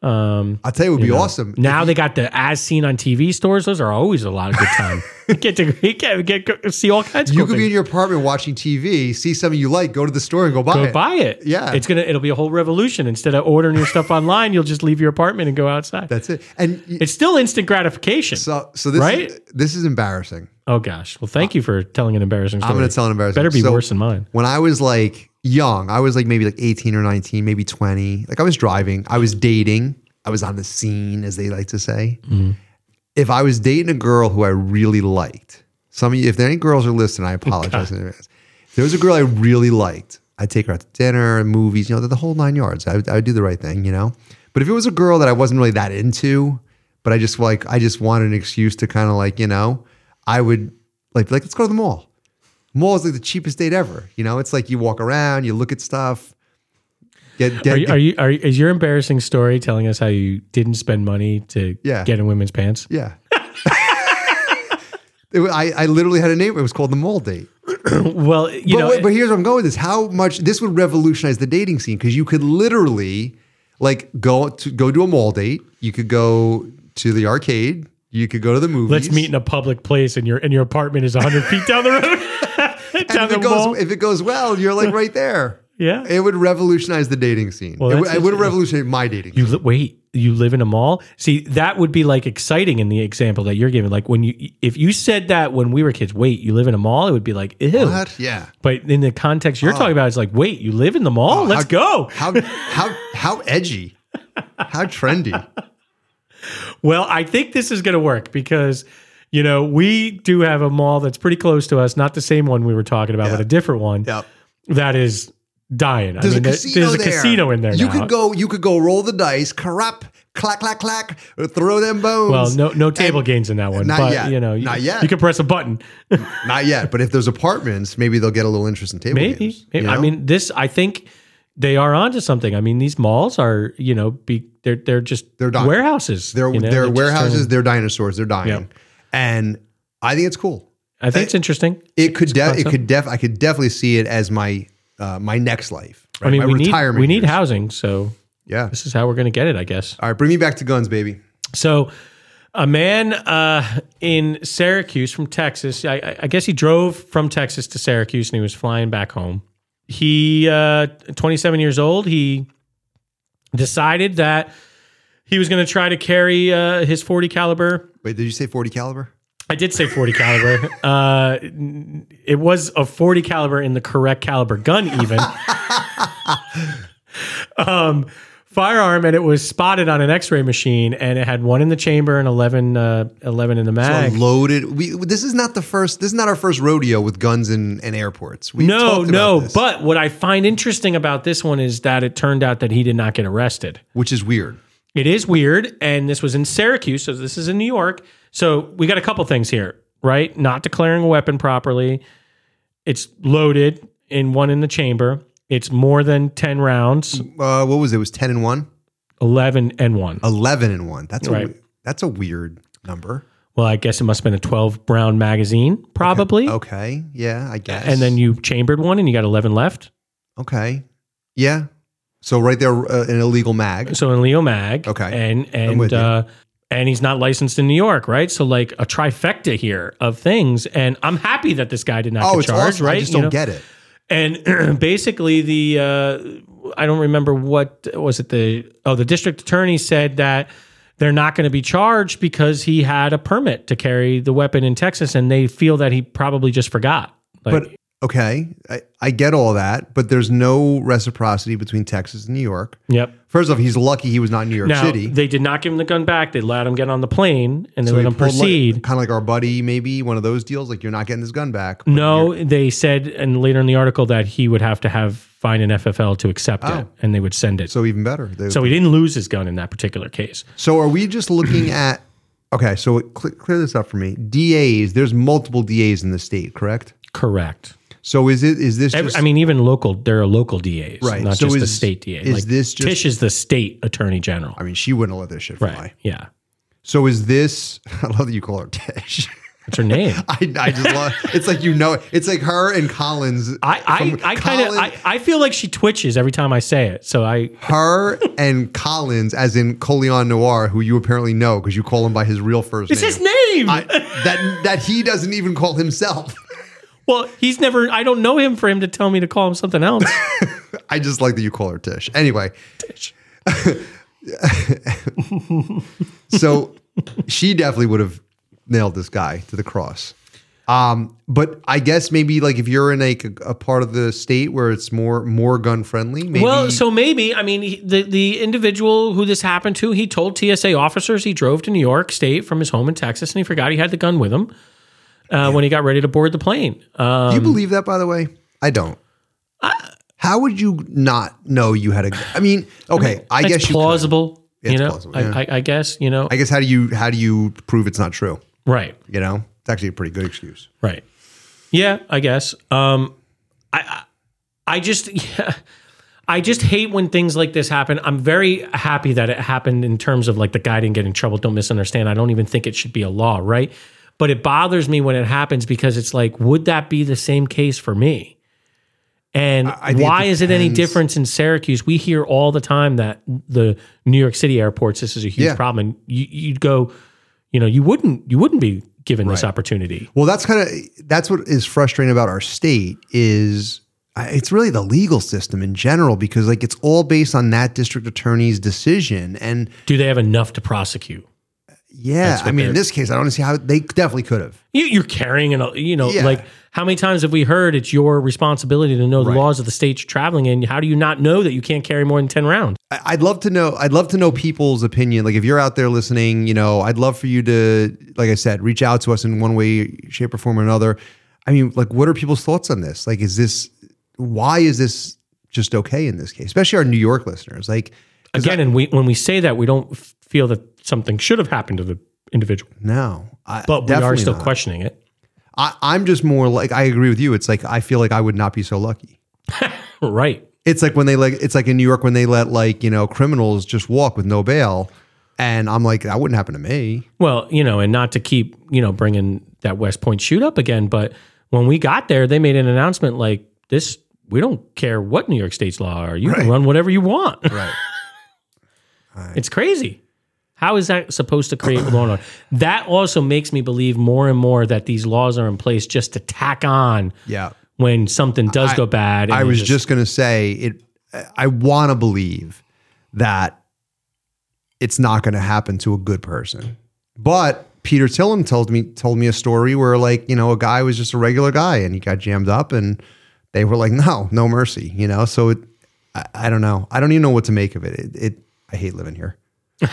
[SPEAKER 2] Um, I'll tell you, it would be awesome.
[SPEAKER 3] Now they got the as seen on TV stores. Those are always a lot of good time. You get to you get, get, go see all kinds of
[SPEAKER 2] You
[SPEAKER 3] cool
[SPEAKER 2] could be in
[SPEAKER 3] things.
[SPEAKER 2] your apartment watching TV, see something you like, go to the store and go buy
[SPEAKER 3] Go
[SPEAKER 2] it.
[SPEAKER 3] buy it.
[SPEAKER 2] Yeah.
[SPEAKER 3] it's gonna it'll be a whole revolution. Instead of ordering your stuff online, you'll just leave your apartment and go outside.
[SPEAKER 2] That's it. And y-
[SPEAKER 3] it's still instant gratification.
[SPEAKER 2] so, so this
[SPEAKER 3] Right?
[SPEAKER 2] is, this is embarrassing.
[SPEAKER 3] oh gosh. Well, thank you for telling an embarrassing story.
[SPEAKER 2] I'm going to tell an embarrassing.
[SPEAKER 3] Better be
[SPEAKER 2] so
[SPEAKER 3] worse than mine.
[SPEAKER 2] When I was like young, I was like maybe like 18 or 19, maybe 20. Like I was driving, I was dating, I was on the scene, as they like to say. If I was dating a girl who I really liked, some of you, if there are any girls who are listening, I apologize in advance. If there was a girl I really liked, I'd take her out to dinner and movies, you know, the- the whole nine yards. I would, I would do the right thing, you know? But if it was a girl that I wasn't really that into, but I just like, I just wanted an excuse to kind of like, you know, I would like, be like, let's go to the mall mall is like the cheapest date ever. You know, it's like you walk around, you look at stuff. Get, get,
[SPEAKER 3] Are you, are you are you- is your embarrassing story telling us how you didn't spend money to
[SPEAKER 2] Yeah.
[SPEAKER 3] get in women's pants?
[SPEAKER 2] yeah. It wa- I, I literally had a name. It was called the mall date.
[SPEAKER 3] Well, you
[SPEAKER 2] But,
[SPEAKER 3] know,
[SPEAKER 2] wait, but here's where I'm going with this: how much this would revolutionize the dating scene because you could literally, like, go to go to a mall date. You could go to the arcade. You could go to the movies.
[SPEAKER 3] let's meet in a public place and your and your apartment is 100 feet down the road
[SPEAKER 2] And
[SPEAKER 3] down
[SPEAKER 2] if
[SPEAKER 3] the
[SPEAKER 2] it goes
[SPEAKER 3] mall.
[SPEAKER 2] if it goes well, you're like right there.
[SPEAKER 3] Yeah.
[SPEAKER 2] it would revolutionize the dating scene.
[SPEAKER 3] Well,
[SPEAKER 2] it, would,
[SPEAKER 3] that's
[SPEAKER 2] it would
[SPEAKER 3] just-
[SPEAKER 2] revolutionize my dating.
[SPEAKER 3] you li- wait you live in a mall see that would be like exciting in the example that you're giving like when you if you said that when we were kids wait you live in a mall it would be like ew
[SPEAKER 2] What? Yeah.
[SPEAKER 3] but in the context you're talking about it's like wait you live in the mall let's
[SPEAKER 2] how-
[SPEAKER 3] go
[SPEAKER 2] How how how edgy? How trendy?
[SPEAKER 3] Well, I think this is going to work because, you know, we do have a mall that's pretty close to us, not the same one we were talking about, but a different one that is dying.
[SPEAKER 2] There's
[SPEAKER 3] I mean,
[SPEAKER 2] a
[SPEAKER 3] there-
[SPEAKER 2] casino
[SPEAKER 3] there's a
[SPEAKER 2] there.
[SPEAKER 3] casino in there.
[SPEAKER 2] You
[SPEAKER 3] now.
[SPEAKER 2] could go. You could go roll the dice. Crap. Clack clack clack. Throw them bones.
[SPEAKER 3] Well, no, no table games in that one.
[SPEAKER 2] Not
[SPEAKER 3] but,
[SPEAKER 2] yet.
[SPEAKER 3] You know, you-
[SPEAKER 2] Not yet.
[SPEAKER 3] You can press a button.
[SPEAKER 2] Not yet. But if there's apartments, maybe they'll get a little interest in table
[SPEAKER 3] Maybe.
[SPEAKER 2] games.
[SPEAKER 3] Maybe.
[SPEAKER 2] you
[SPEAKER 3] I
[SPEAKER 2] know?
[SPEAKER 3] mean, this. I think they are onto something. I mean, these malls are, you know, be they're they're just
[SPEAKER 2] They're dying.
[SPEAKER 3] warehouses.
[SPEAKER 2] they're
[SPEAKER 3] you know,
[SPEAKER 2] they're
[SPEAKER 3] just
[SPEAKER 2] warehouses.
[SPEAKER 3] turning-
[SPEAKER 2] They're dinosaurs. They're dying.
[SPEAKER 3] Yep.
[SPEAKER 2] And I think it's cool.
[SPEAKER 3] I think it's interesting.
[SPEAKER 2] It could. De- it could. Def. I could definitely see it as my uh, my next life.
[SPEAKER 3] I mean,
[SPEAKER 2] My
[SPEAKER 3] we need
[SPEAKER 2] retirement
[SPEAKER 3] we need
[SPEAKER 2] years.
[SPEAKER 3] housing, so
[SPEAKER 2] Yeah.
[SPEAKER 3] this is how we're going to get it, I guess.
[SPEAKER 2] All right, bring me back to guns, baby.
[SPEAKER 3] So, a man uh, in Syracuse from Texas, I- I, I guess he drove from Texas to Syracuse and he was flying back home. He, uh, 27 years old, he decided that he was going to try to carry uh, his 40 caliber.
[SPEAKER 2] Wait, did you say 40 caliber?
[SPEAKER 3] I did say 40 caliber. Uh, n- it was a 40 caliber in the correct caliber gun, even. um, firearm, and it was spotted on an x ray machine, and it had one in the chamber and 11, uh, 11 in the mag.
[SPEAKER 2] Loaded. We this is not the first. This is not our first rodeo with guns and, and airports. We
[SPEAKER 3] no,
[SPEAKER 2] talked about
[SPEAKER 3] no.
[SPEAKER 2] this,
[SPEAKER 3] But what I find interesting about this one is that it turned out that he did not get arrested.
[SPEAKER 2] which is weird.
[SPEAKER 3] It is weird, and this was in Syracuse, so this is in New York. So we got a couple things here, right? Not declaring a weapon properly. It's loaded in one in the chamber. It's more than ten rounds,
[SPEAKER 2] Uh, what was it? it? Was 10 and one?
[SPEAKER 3] eleven and one.
[SPEAKER 2] 11 and one. That's a
[SPEAKER 3] Right.
[SPEAKER 2] we- that's a weird number.
[SPEAKER 3] Well, I guess it must have been a twelve round magazine, probably.
[SPEAKER 2] Okay. Yeah, I guess.
[SPEAKER 3] And then you chambered one, and you got eleven left.
[SPEAKER 2] Okay. Yeah. So right there, uh, an illegal mag.
[SPEAKER 3] So in Leo Mag,
[SPEAKER 2] Okay.
[SPEAKER 3] and
[SPEAKER 2] with
[SPEAKER 3] and
[SPEAKER 2] you.
[SPEAKER 3] uh, and he's not licensed in New York, right? So like a trifecta here of things, and I'm happy that this guy did not
[SPEAKER 2] Oh,
[SPEAKER 3] get
[SPEAKER 2] it's
[SPEAKER 3] charged,
[SPEAKER 2] awesome.
[SPEAKER 3] right?
[SPEAKER 2] I just
[SPEAKER 3] You
[SPEAKER 2] don't
[SPEAKER 3] know?
[SPEAKER 2] get it.
[SPEAKER 3] and basically the uh, I don't remember what was it the oh the district attorney said that they're not going to be charged because he had a permit to carry the weapon in Texas and they feel that he probably just forgot. Like,
[SPEAKER 2] But okay, I, I get all that, but there's no reciprocity between Texas and New York.
[SPEAKER 3] yep.
[SPEAKER 2] First off, he's lucky he was not in New York
[SPEAKER 3] Now
[SPEAKER 2] City.
[SPEAKER 3] they did not give him the gun back. They let him get on the plane and they let him proceed.
[SPEAKER 2] kind of like our buddy, maybe one of those deals. Like you're not getting this gun back. but
[SPEAKER 3] no,
[SPEAKER 2] you're-
[SPEAKER 3] they said and later in the article that he would have to have find an FFL to accept it
[SPEAKER 2] Oh.
[SPEAKER 3] and they would send it. So,
[SPEAKER 2] So even better. They-
[SPEAKER 3] so he didn't lose his gun in that particular case.
[SPEAKER 2] So are we just looking at? Okay, so cl- clear this up for me. DAs, there's multiple DAs in the state, correct?
[SPEAKER 3] Correct.
[SPEAKER 2] So is it is this?
[SPEAKER 3] Every,
[SPEAKER 2] Just,
[SPEAKER 3] I mean, even local, there are local DAs,
[SPEAKER 2] Right.
[SPEAKER 3] Not
[SPEAKER 2] So
[SPEAKER 3] just the
[SPEAKER 2] is-
[SPEAKER 3] state DA.
[SPEAKER 2] is this just-
[SPEAKER 3] Tish is the state attorney general,
[SPEAKER 2] I mean, she wouldn't let this shit fly.
[SPEAKER 3] right? Yeah,
[SPEAKER 2] So is this? I love that you call her Tish.
[SPEAKER 3] that's her name.
[SPEAKER 2] I, I just love. It's like you know. it. It's like her and Collins.
[SPEAKER 3] I,
[SPEAKER 2] from
[SPEAKER 3] I, I kind of,
[SPEAKER 2] Colin-
[SPEAKER 3] I, I feel like she twitches every time I say it. So I,
[SPEAKER 2] her and Collins, as in Coleon Noir, who you apparently know because you call him by his real first
[SPEAKER 3] it's
[SPEAKER 2] name.
[SPEAKER 3] his name.
[SPEAKER 2] I, that that he doesn't even call himself.
[SPEAKER 3] well, he's never. I don't know him for him to tell me to call him something else.
[SPEAKER 2] I just like that you call her Tish. Anyway, so she definitely would have nailed this guy to the cross. Um, but I guess maybe like if you're in a, a part of the state where it's more more gun friendly, maybe
[SPEAKER 3] well, so maybe I mean he- the the individual who this happened to, he told TSA officers he drove to New York State from his home in Texas and he forgot he had the gun with him uh, when he got ready to board the plane. Uh,
[SPEAKER 2] Do you believe that, by the way? I don't. How would you not know you had a? I mean, okay, I,
[SPEAKER 3] It's
[SPEAKER 2] guess you. could.
[SPEAKER 3] plausible. You,
[SPEAKER 2] It's
[SPEAKER 3] know,
[SPEAKER 2] plausible,
[SPEAKER 3] I,
[SPEAKER 2] yeah.
[SPEAKER 3] I, I guess you know.
[SPEAKER 2] I guess how do you how do you prove it's not true?
[SPEAKER 3] right,
[SPEAKER 2] You know, it's actually a pretty good excuse.
[SPEAKER 3] right. Yeah, I guess. Um, I, I, I just, yeah, I just hate when things like this happen. I'm very happy that it happened in terms of like the guy didn't get in trouble. Don't misunderstand. I don't even think it should be a law, right? But it bothers me when it happens because it's like, would that be the same case for me? And
[SPEAKER 2] I think it
[SPEAKER 3] why is it any
[SPEAKER 2] depends.
[SPEAKER 3] difference in Syracuse? We hear all the time that the New York City airports, this is a huge
[SPEAKER 2] Yeah.
[SPEAKER 3] problem. And you, you'd go, you know, you wouldn't, you wouldn't be given this opportunity.
[SPEAKER 2] Well, that's kind of that's what is frustrating about our state is I- it's really the legal system in general because like it's all based on that district attorney's decision and
[SPEAKER 3] Do they have enough to prosecute?
[SPEAKER 2] yeah, I mean in
[SPEAKER 3] they're-
[SPEAKER 2] this case I don't see how they definitely could have.
[SPEAKER 3] You, you're carrying an, you know,
[SPEAKER 2] Yeah.
[SPEAKER 3] like how many times have we heard it's your responsibility to know the laws of the state you're traveling in? How do you not know that you can't carry more than 10 rounds?
[SPEAKER 2] I- I'd love to know. I'd love to know people's opinion. Like, if you're out there listening, you know, I'd love for you to, like I said, reach out to us in one way, shape, or form or another. I mean, like, what are people's thoughts on this? Like, is this why is this just okay in this case? Especially our New York listeners. Like,
[SPEAKER 3] Again, and we, when we say that, we don't f- feel that something should have happened to the individual,
[SPEAKER 2] no, I,
[SPEAKER 3] but we are
[SPEAKER 2] definitely
[SPEAKER 3] still
[SPEAKER 2] not.
[SPEAKER 3] questioning it.
[SPEAKER 2] I, I'm just more like I agree with you. It's like I feel like I would not be so lucky.
[SPEAKER 3] Right.
[SPEAKER 2] It's like when they like it's like in New York when they let like you know criminals just walk with no bail, and I'm like that wouldn't happen to me.
[SPEAKER 3] Well, you know, and not to keep, you know, bringing that West Point shoot up again, but when we got there, they made an announcement like this we don't care what New York State's law are. You can
[SPEAKER 2] Right.
[SPEAKER 3] run whatever you want.
[SPEAKER 2] Right. Right.
[SPEAKER 3] It's crazy. How is that supposed to create law and order? That also makes me believe more and more that these laws are in place just to tack on
[SPEAKER 2] Yeah.
[SPEAKER 3] when something does
[SPEAKER 2] I-
[SPEAKER 3] go bad. and
[SPEAKER 2] I
[SPEAKER 3] you
[SPEAKER 2] was just, going to say it. I want to believe that it's not going to happen to a good person. But Peter Tillum told me told me a story where like you know a guy was just a regular guy and he got jammed up and they were like no no mercy you know so it I, I don't know I don't even know what to make of it it, it I hate living here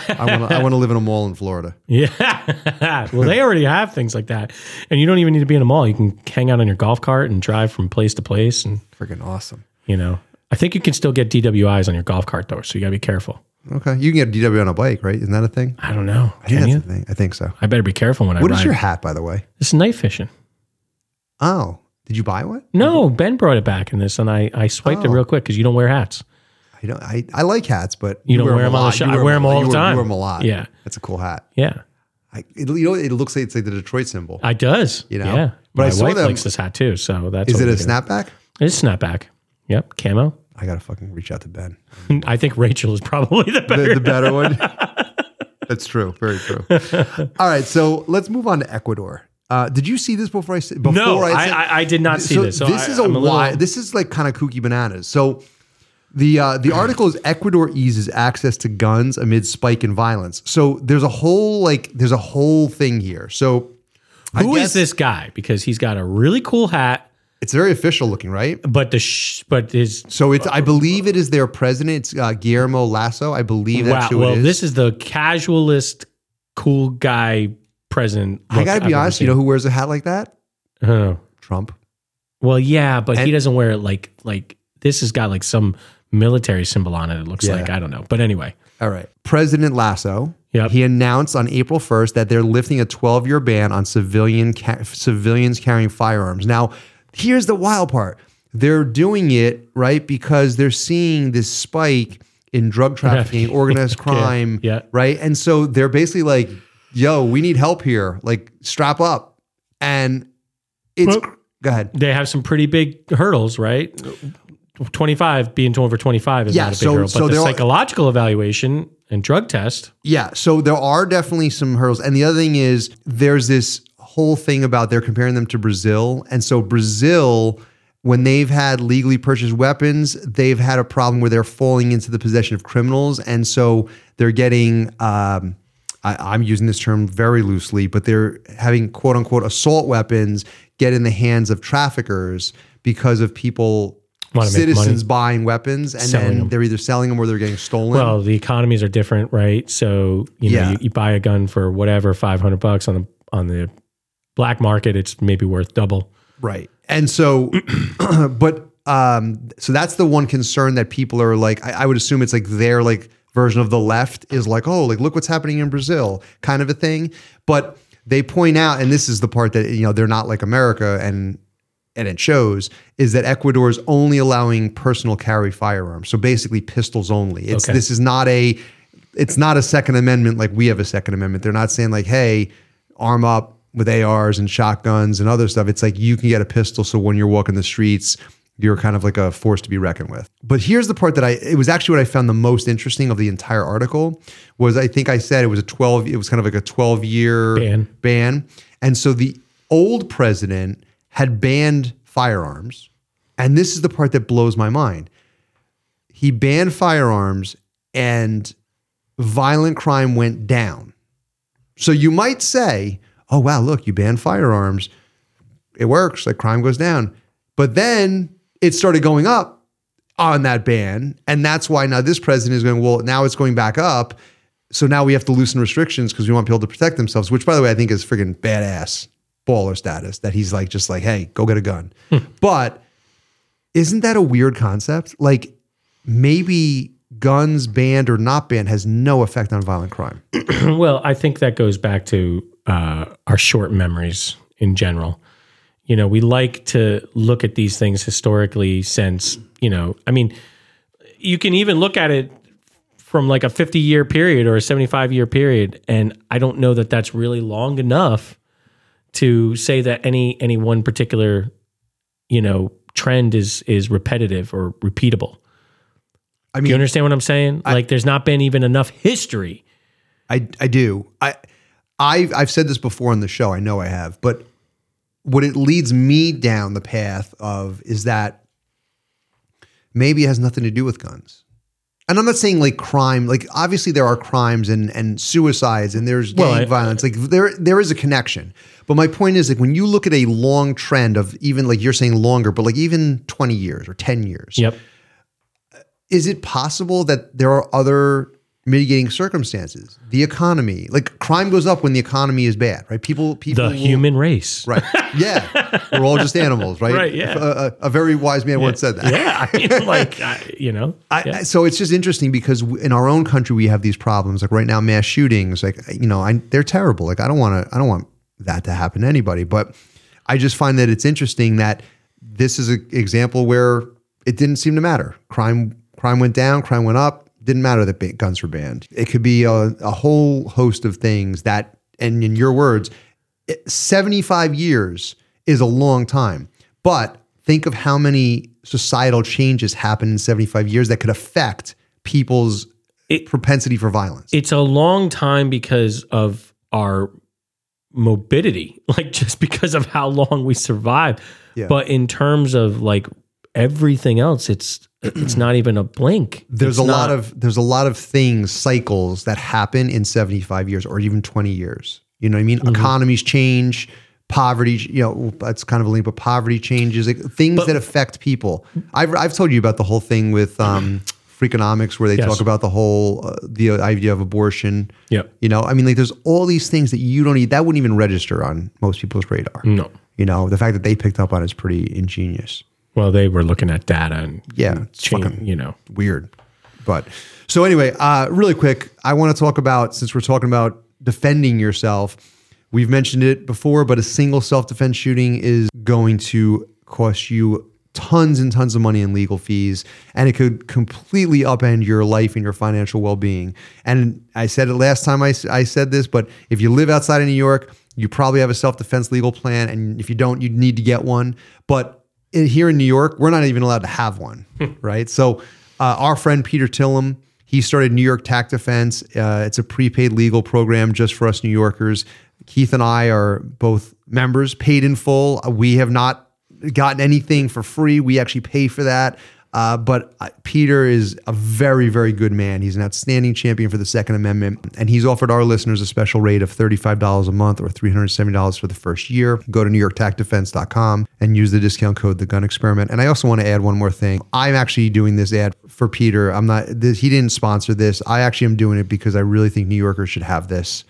[SPEAKER 2] I want to I want to live in a mall in Florida
[SPEAKER 3] yeah. well, they already have things like that, and you don't even need to be in a mall. You can hang out on your golf cart and drive from place to place, and
[SPEAKER 2] freaking awesome
[SPEAKER 3] you know. I think you can still get DWIs on your golf cart though, so you gotta be careful.
[SPEAKER 2] okay you can get a DW on a bike right isn't that a thing
[SPEAKER 3] I don't know.
[SPEAKER 2] I think
[SPEAKER 3] Can
[SPEAKER 2] that's
[SPEAKER 3] you?
[SPEAKER 2] a thing I think so
[SPEAKER 3] I better be careful when I
[SPEAKER 2] What is
[SPEAKER 3] ride.
[SPEAKER 2] your hat by the way
[SPEAKER 3] This is night fishing.
[SPEAKER 2] oh did you buy one
[SPEAKER 3] No, Ben brought it back in this, and I, I swiped it
[SPEAKER 2] Oh.
[SPEAKER 3] real quick because you don't wear hats.
[SPEAKER 2] I don't. I, I like hats, but
[SPEAKER 3] You don't wear 'em all the
[SPEAKER 2] lot.
[SPEAKER 3] shi-
[SPEAKER 2] You
[SPEAKER 3] I wear 'em all
[SPEAKER 2] a lot.
[SPEAKER 3] the
[SPEAKER 2] You
[SPEAKER 3] time.
[SPEAKER 2] You wear them a lot.
[SPEAKER 3] Yeah.
[SPEAKER 2] that's a cool hat.
[SPEAKER 3] Yeah,
[SPEAKER 2] I, it, you know, it looks like it's like the Detroit symbol.
[SPEAKER 3] I does.
[SPEAKER 2] You know?
[SPEAKER 3] yeah.
[SPEAKER 2] But I
[SPEAKER 3] My
[SPEAKER 2] saw
[SPEAKER 3] wife
[SPEAKER 2] them-
[SPEAKER 3] likes this hat too, so that's
[SPEAKER 2] Is
[SPEAKER 3] what
[SPEAKER 2] it a
[SPEAKER 3] we do.
[SPEAKER 2] snapback?
[SPEAKER 3] It's snapback. Yep, camo.
[SPEAKER 2] I gotta fucking reach out to Ben.
[SPEAKER 3] I think Rachel is probably the better.
[SPEAKER 2] The, the better one. That's true. Very true. All right, so let's move on to Ecuador. Uh, did you see this before I said? Before
[SPEAKER 3] no, I,
[SPEAKER 2] said-
[SPEAKER 3] I, I did not see this. So
[SPEAKER 2] this
[SPEAKER 3] I,
[SPEAKER 2] is a
[SPEAKER 3] I'm little-
[SPEAKER 2] why. This is like kind of kooky bananas. So the uh, the article is Ecuador eases access to guns amid spike in violence. So there's a whole like there's a whole thing here. So I
[SPEAKER 3] Who is
[SPEAKER 2] guess-
[SPEAKER 3] this guy? Because he's got a really cool hat,
[SPEAKER 2] It's very official looking, right?
[SPEAKER 3] but the sh- but his
[SPEAKER 2] So it's I believe it is their president, it's, uh, Guillermo Lasso. I believe
[SPEAKER 3] wow.
[SPEAKER 2] that's who
[SPEAKER 3] Well,
[SPEAKER 2] it is.
[SPEAKER 3] this is the casualist, cool guy president.
[SPEAKER 2] I gotta be honest. You know who wears a hat like that?
[SPEAKER 3] know.
[SPEAKER 2] Trump.
[SPEAKER 3] Uh-huh. Well, yeah, but he
[SPEAKER 2] And-
[SPEAKER 3] doesn't wear it like like this has got like some military symbol on it. It looks
[SPEAKER 2] Yeah.
[SPEAKER 3] like I don't know, but anyway,
[SPEAKER 2] All right. President Lasso.
[SPEAKER 3] Yep.
[SPEAKER 2] He announced on April 1st that they're lifting a 12-year ban on civilian ca- civilians carrying firearms. Now, here's the wild part. They're doing it, right, because they're seeing this spike in drug trafficking, organized crime,
[SPEAKER 3] Yeah.
[SPEAKER 2] right? And so they're basically like, "Yo, we need help here. Like strap up." And it's
[SPEAKER 3] Well-
[SPEAKER 2] go ahead.
[SPEAKER 3] they have some pretty big hurdles, right? Twenty five being over twenty five is
[SPEAKER 2] Yeah,
[SPEAKER 3] not a big
[SPEAKER 2] so-
[SPEAKER 3] hurdle, but
[SPEAKER 2] so
[SPEAKER 3] the
[SPEAKER 2] they're-
[SPEAKER 3] psychological evaluation and drug test.
[SPEAKER 2] Yeah, so there are definitely some hurdles. And the other thing is there's this whole thing about they're comparing them to Brazil. And so Brazil when they've had legally purchased weapons, they've had a problem where they're falling into the possession of criminals and so they're getting um I, I'm using this term very loosely, but they're having quote unquote assault weapons get in the hands of traffickers because of people,
[SPEAKER 3] Wanna make money.
[SPEAKER 2] citizens buying weapons, and
[SPEAKER 3] Selling
[SPEAKER 2] then
[SPEAKER 3] 'em.
[SPEAKER 2] they're either selling them or they're getting stolen.
[SPEAKER 3] Well, the economies are different, right? So you know,
[SPEAKER 2] Yeah.
[SPEAKER 3] you, you buy a gun for whatever five hundred bucks on the on the black market, it's maybe worth double.
[SPEAKER 2] Right. And so, but um, so that's the one concern that people are like, I, I would assume it's like their like version of the left is like, oh, like look what's happening in Brazil, kind of a thing. But they point out, and this is the part that you know they're not like America and and it shows is that Ecuador is only allowing personal carry firearms. So basically pistols only. It's
[SPEAKER 3] Okay.
[SPEAKER 2] this is not a it's not a second amendment like we have a second amendment. They're not saying like, hey, arm up with ARs and shotguns and other stuff. It's like you can get a pistol so when you're walking the streets, you're kind of like a force to be reckoned with. But here's the part that I it was actually what I found the most interesting of the entire article was I think I said it was a 12 it was kind of like a 12 year
[SPEAKER 3] Ban.
[SPEAKER 2] ban. And so the old president had banned firearms. And this is the part that blows my mind. He banned firearms and violent crime went down. So you might say, oh, wow, look, you banned firearms. It works, like crime goes down. But then it started going up on that ban. And that's why now this president is going, well, now it's going back up. So now we have to loosen restrictions because we want people to protect themselves, which, by the way, I think is friggin' badass baller status that he's like, just like, hey, go get a gun. but isn't that a weird concept? Like, maybe guns banned or not banned has no effect on violent crime.
[SPEAKER 3] Well, I think that goes back to uh, our short memories in general. You know, we like to look at these things historically since, you know, I mean, you can even look at it from like a 50 year period or a 75 year period. And I don't know that that's really long enough to say that any, any one particular, you know, trend is is repetitive or repeatable.
[SPEAKER 2] I
[SPEAKER 3] Do you
[SPEAKER 2] mean,
[SPEAKER 3] understand what I'm saying? like, there's not been even enough history.
[SPEAKER 2] I I do. I I I've said this before on the show. I know I have, but what it leads me down the path of is that maybe it has nothing to do with guns. And I'm not saying like crime, like obviously there are crimes and and suicides and there's gang
[SPEAKER 3] Well, I-
[SPEAKER 2] violence. Like there there is a connection. But my point is like when you look at a long trend of even like you're saying longer, but like even 20 years or 10 years
[SPEAKER 3] Yep.
[SPEAKER 2] is it possible that there are other mitigating circumstances? The economy, like crime goes up when the economy is bad, right? People, people,
[SPEAKER 3] The
[SPEAKER 2] will-
[SPEAKER 3] human race.
[SPEAKER 2] right? Yeah, we're all just animals, right?
[SPEAKER 3] Right, yeah.
[SPEAKER 2] A, a- a very wise man once said that.
[SPEAKER 3] Yeah. I mean, like, I, you know,
[SPEAKER 2] I, I- so it's just interesting because w- in our own country we have these problems. Like right now, mass shootings. Like you know, I, they're terrible. Like I don't want to. I don't want that to happen to anybody. But I just find that it's interesting that this is an example where it didn't seem to matter. Crime crime went down. Crime went up. Didn't matter that ba- guns were banned. It could be a, a whole host of things that, and in your words, it- 75 years is a long time. But think of how many societal changes happened in 75 years that could affect people's
[SPEAKER 3] It-
[SPEAKER 2] propensity for violence.
[SPEAKER 3] it's a long time because of our morbidity, like just because of how long we survive.
[SPEAKER 2] Yeah.
[SPEAKER 3] But in terms of like everything else, it's it's not even a blink.
[SPEAKER 2] there's
[SPEAKER 3] It's
[SPEAKER 2] a
[SPEAKER 3] not-
[SPEAKER 2] lot of there's a lot of things cycles that happen in 75 years or even 20 years. You know what I mean?
[SPEAKER 3] Mm-hmm.
[SPEAKER 2] Economies change, poverty, you know, that's kind of a link, but poverty changes, like, things that affect people. I've I've told you about the whole thing with um Freakonomics, where they
[SPEAKER 3] Yes.
[SPEAKER 2] talk about the whole uh, the idea of abortion.
[SPEAKER 3] Yep.
[SPEAKER 2] You know, I mean, like there's all these things that you don't need that wouldn't even register on most people's radar.
[SPEAKER 3] no.
[SPEAKER 2] You know, the fact that they picked up on is pretty ingenious.
[SPEAKER 3] Well, they were looking at data and
[SPEAKER 2] Yeah, it's
[SPEAKER 3] chain-
[SPEAKER 2] fucking
[SPEAKER 3] you know.
[SPEAKER 2] weird. But so anyway, uh, really quick, I want to talk about since we're talking about defending yourself. We've mentioned it before, but a single self-defense shooting is going to cost you tons and tons of money in legal fees, and it could completely upend your life and your financial well-being. And I said it last time I, s- I said this, but if you live outside of New York, you probably have a self-defense legal plan, and if you don't, you need to get one. But in, here in New York, we're not even allowed to have one, right? So, uh, our friend Peter Tillum, he started New York Tax Defense. Uh, it's a prepaid legal program just for us New Yorkers. Keith and I are both members, paid in full. We have not gotten anything for free. We actually pay for that. Uh, but uh, Peter is a very, very good man. He's an outstanding champion for the Second Amendment, and he's offered our listeners a special rate of $35 a month or $370 for the first year. Go to NewYorkTacDefense.com and use the discount code The Gun Experiment. And I also want to add one more thing. I'm actually doing this ad for Peter. I'm not. This, he didn't sponsor this. I actually am doing it because I really think New Yorkers should have this.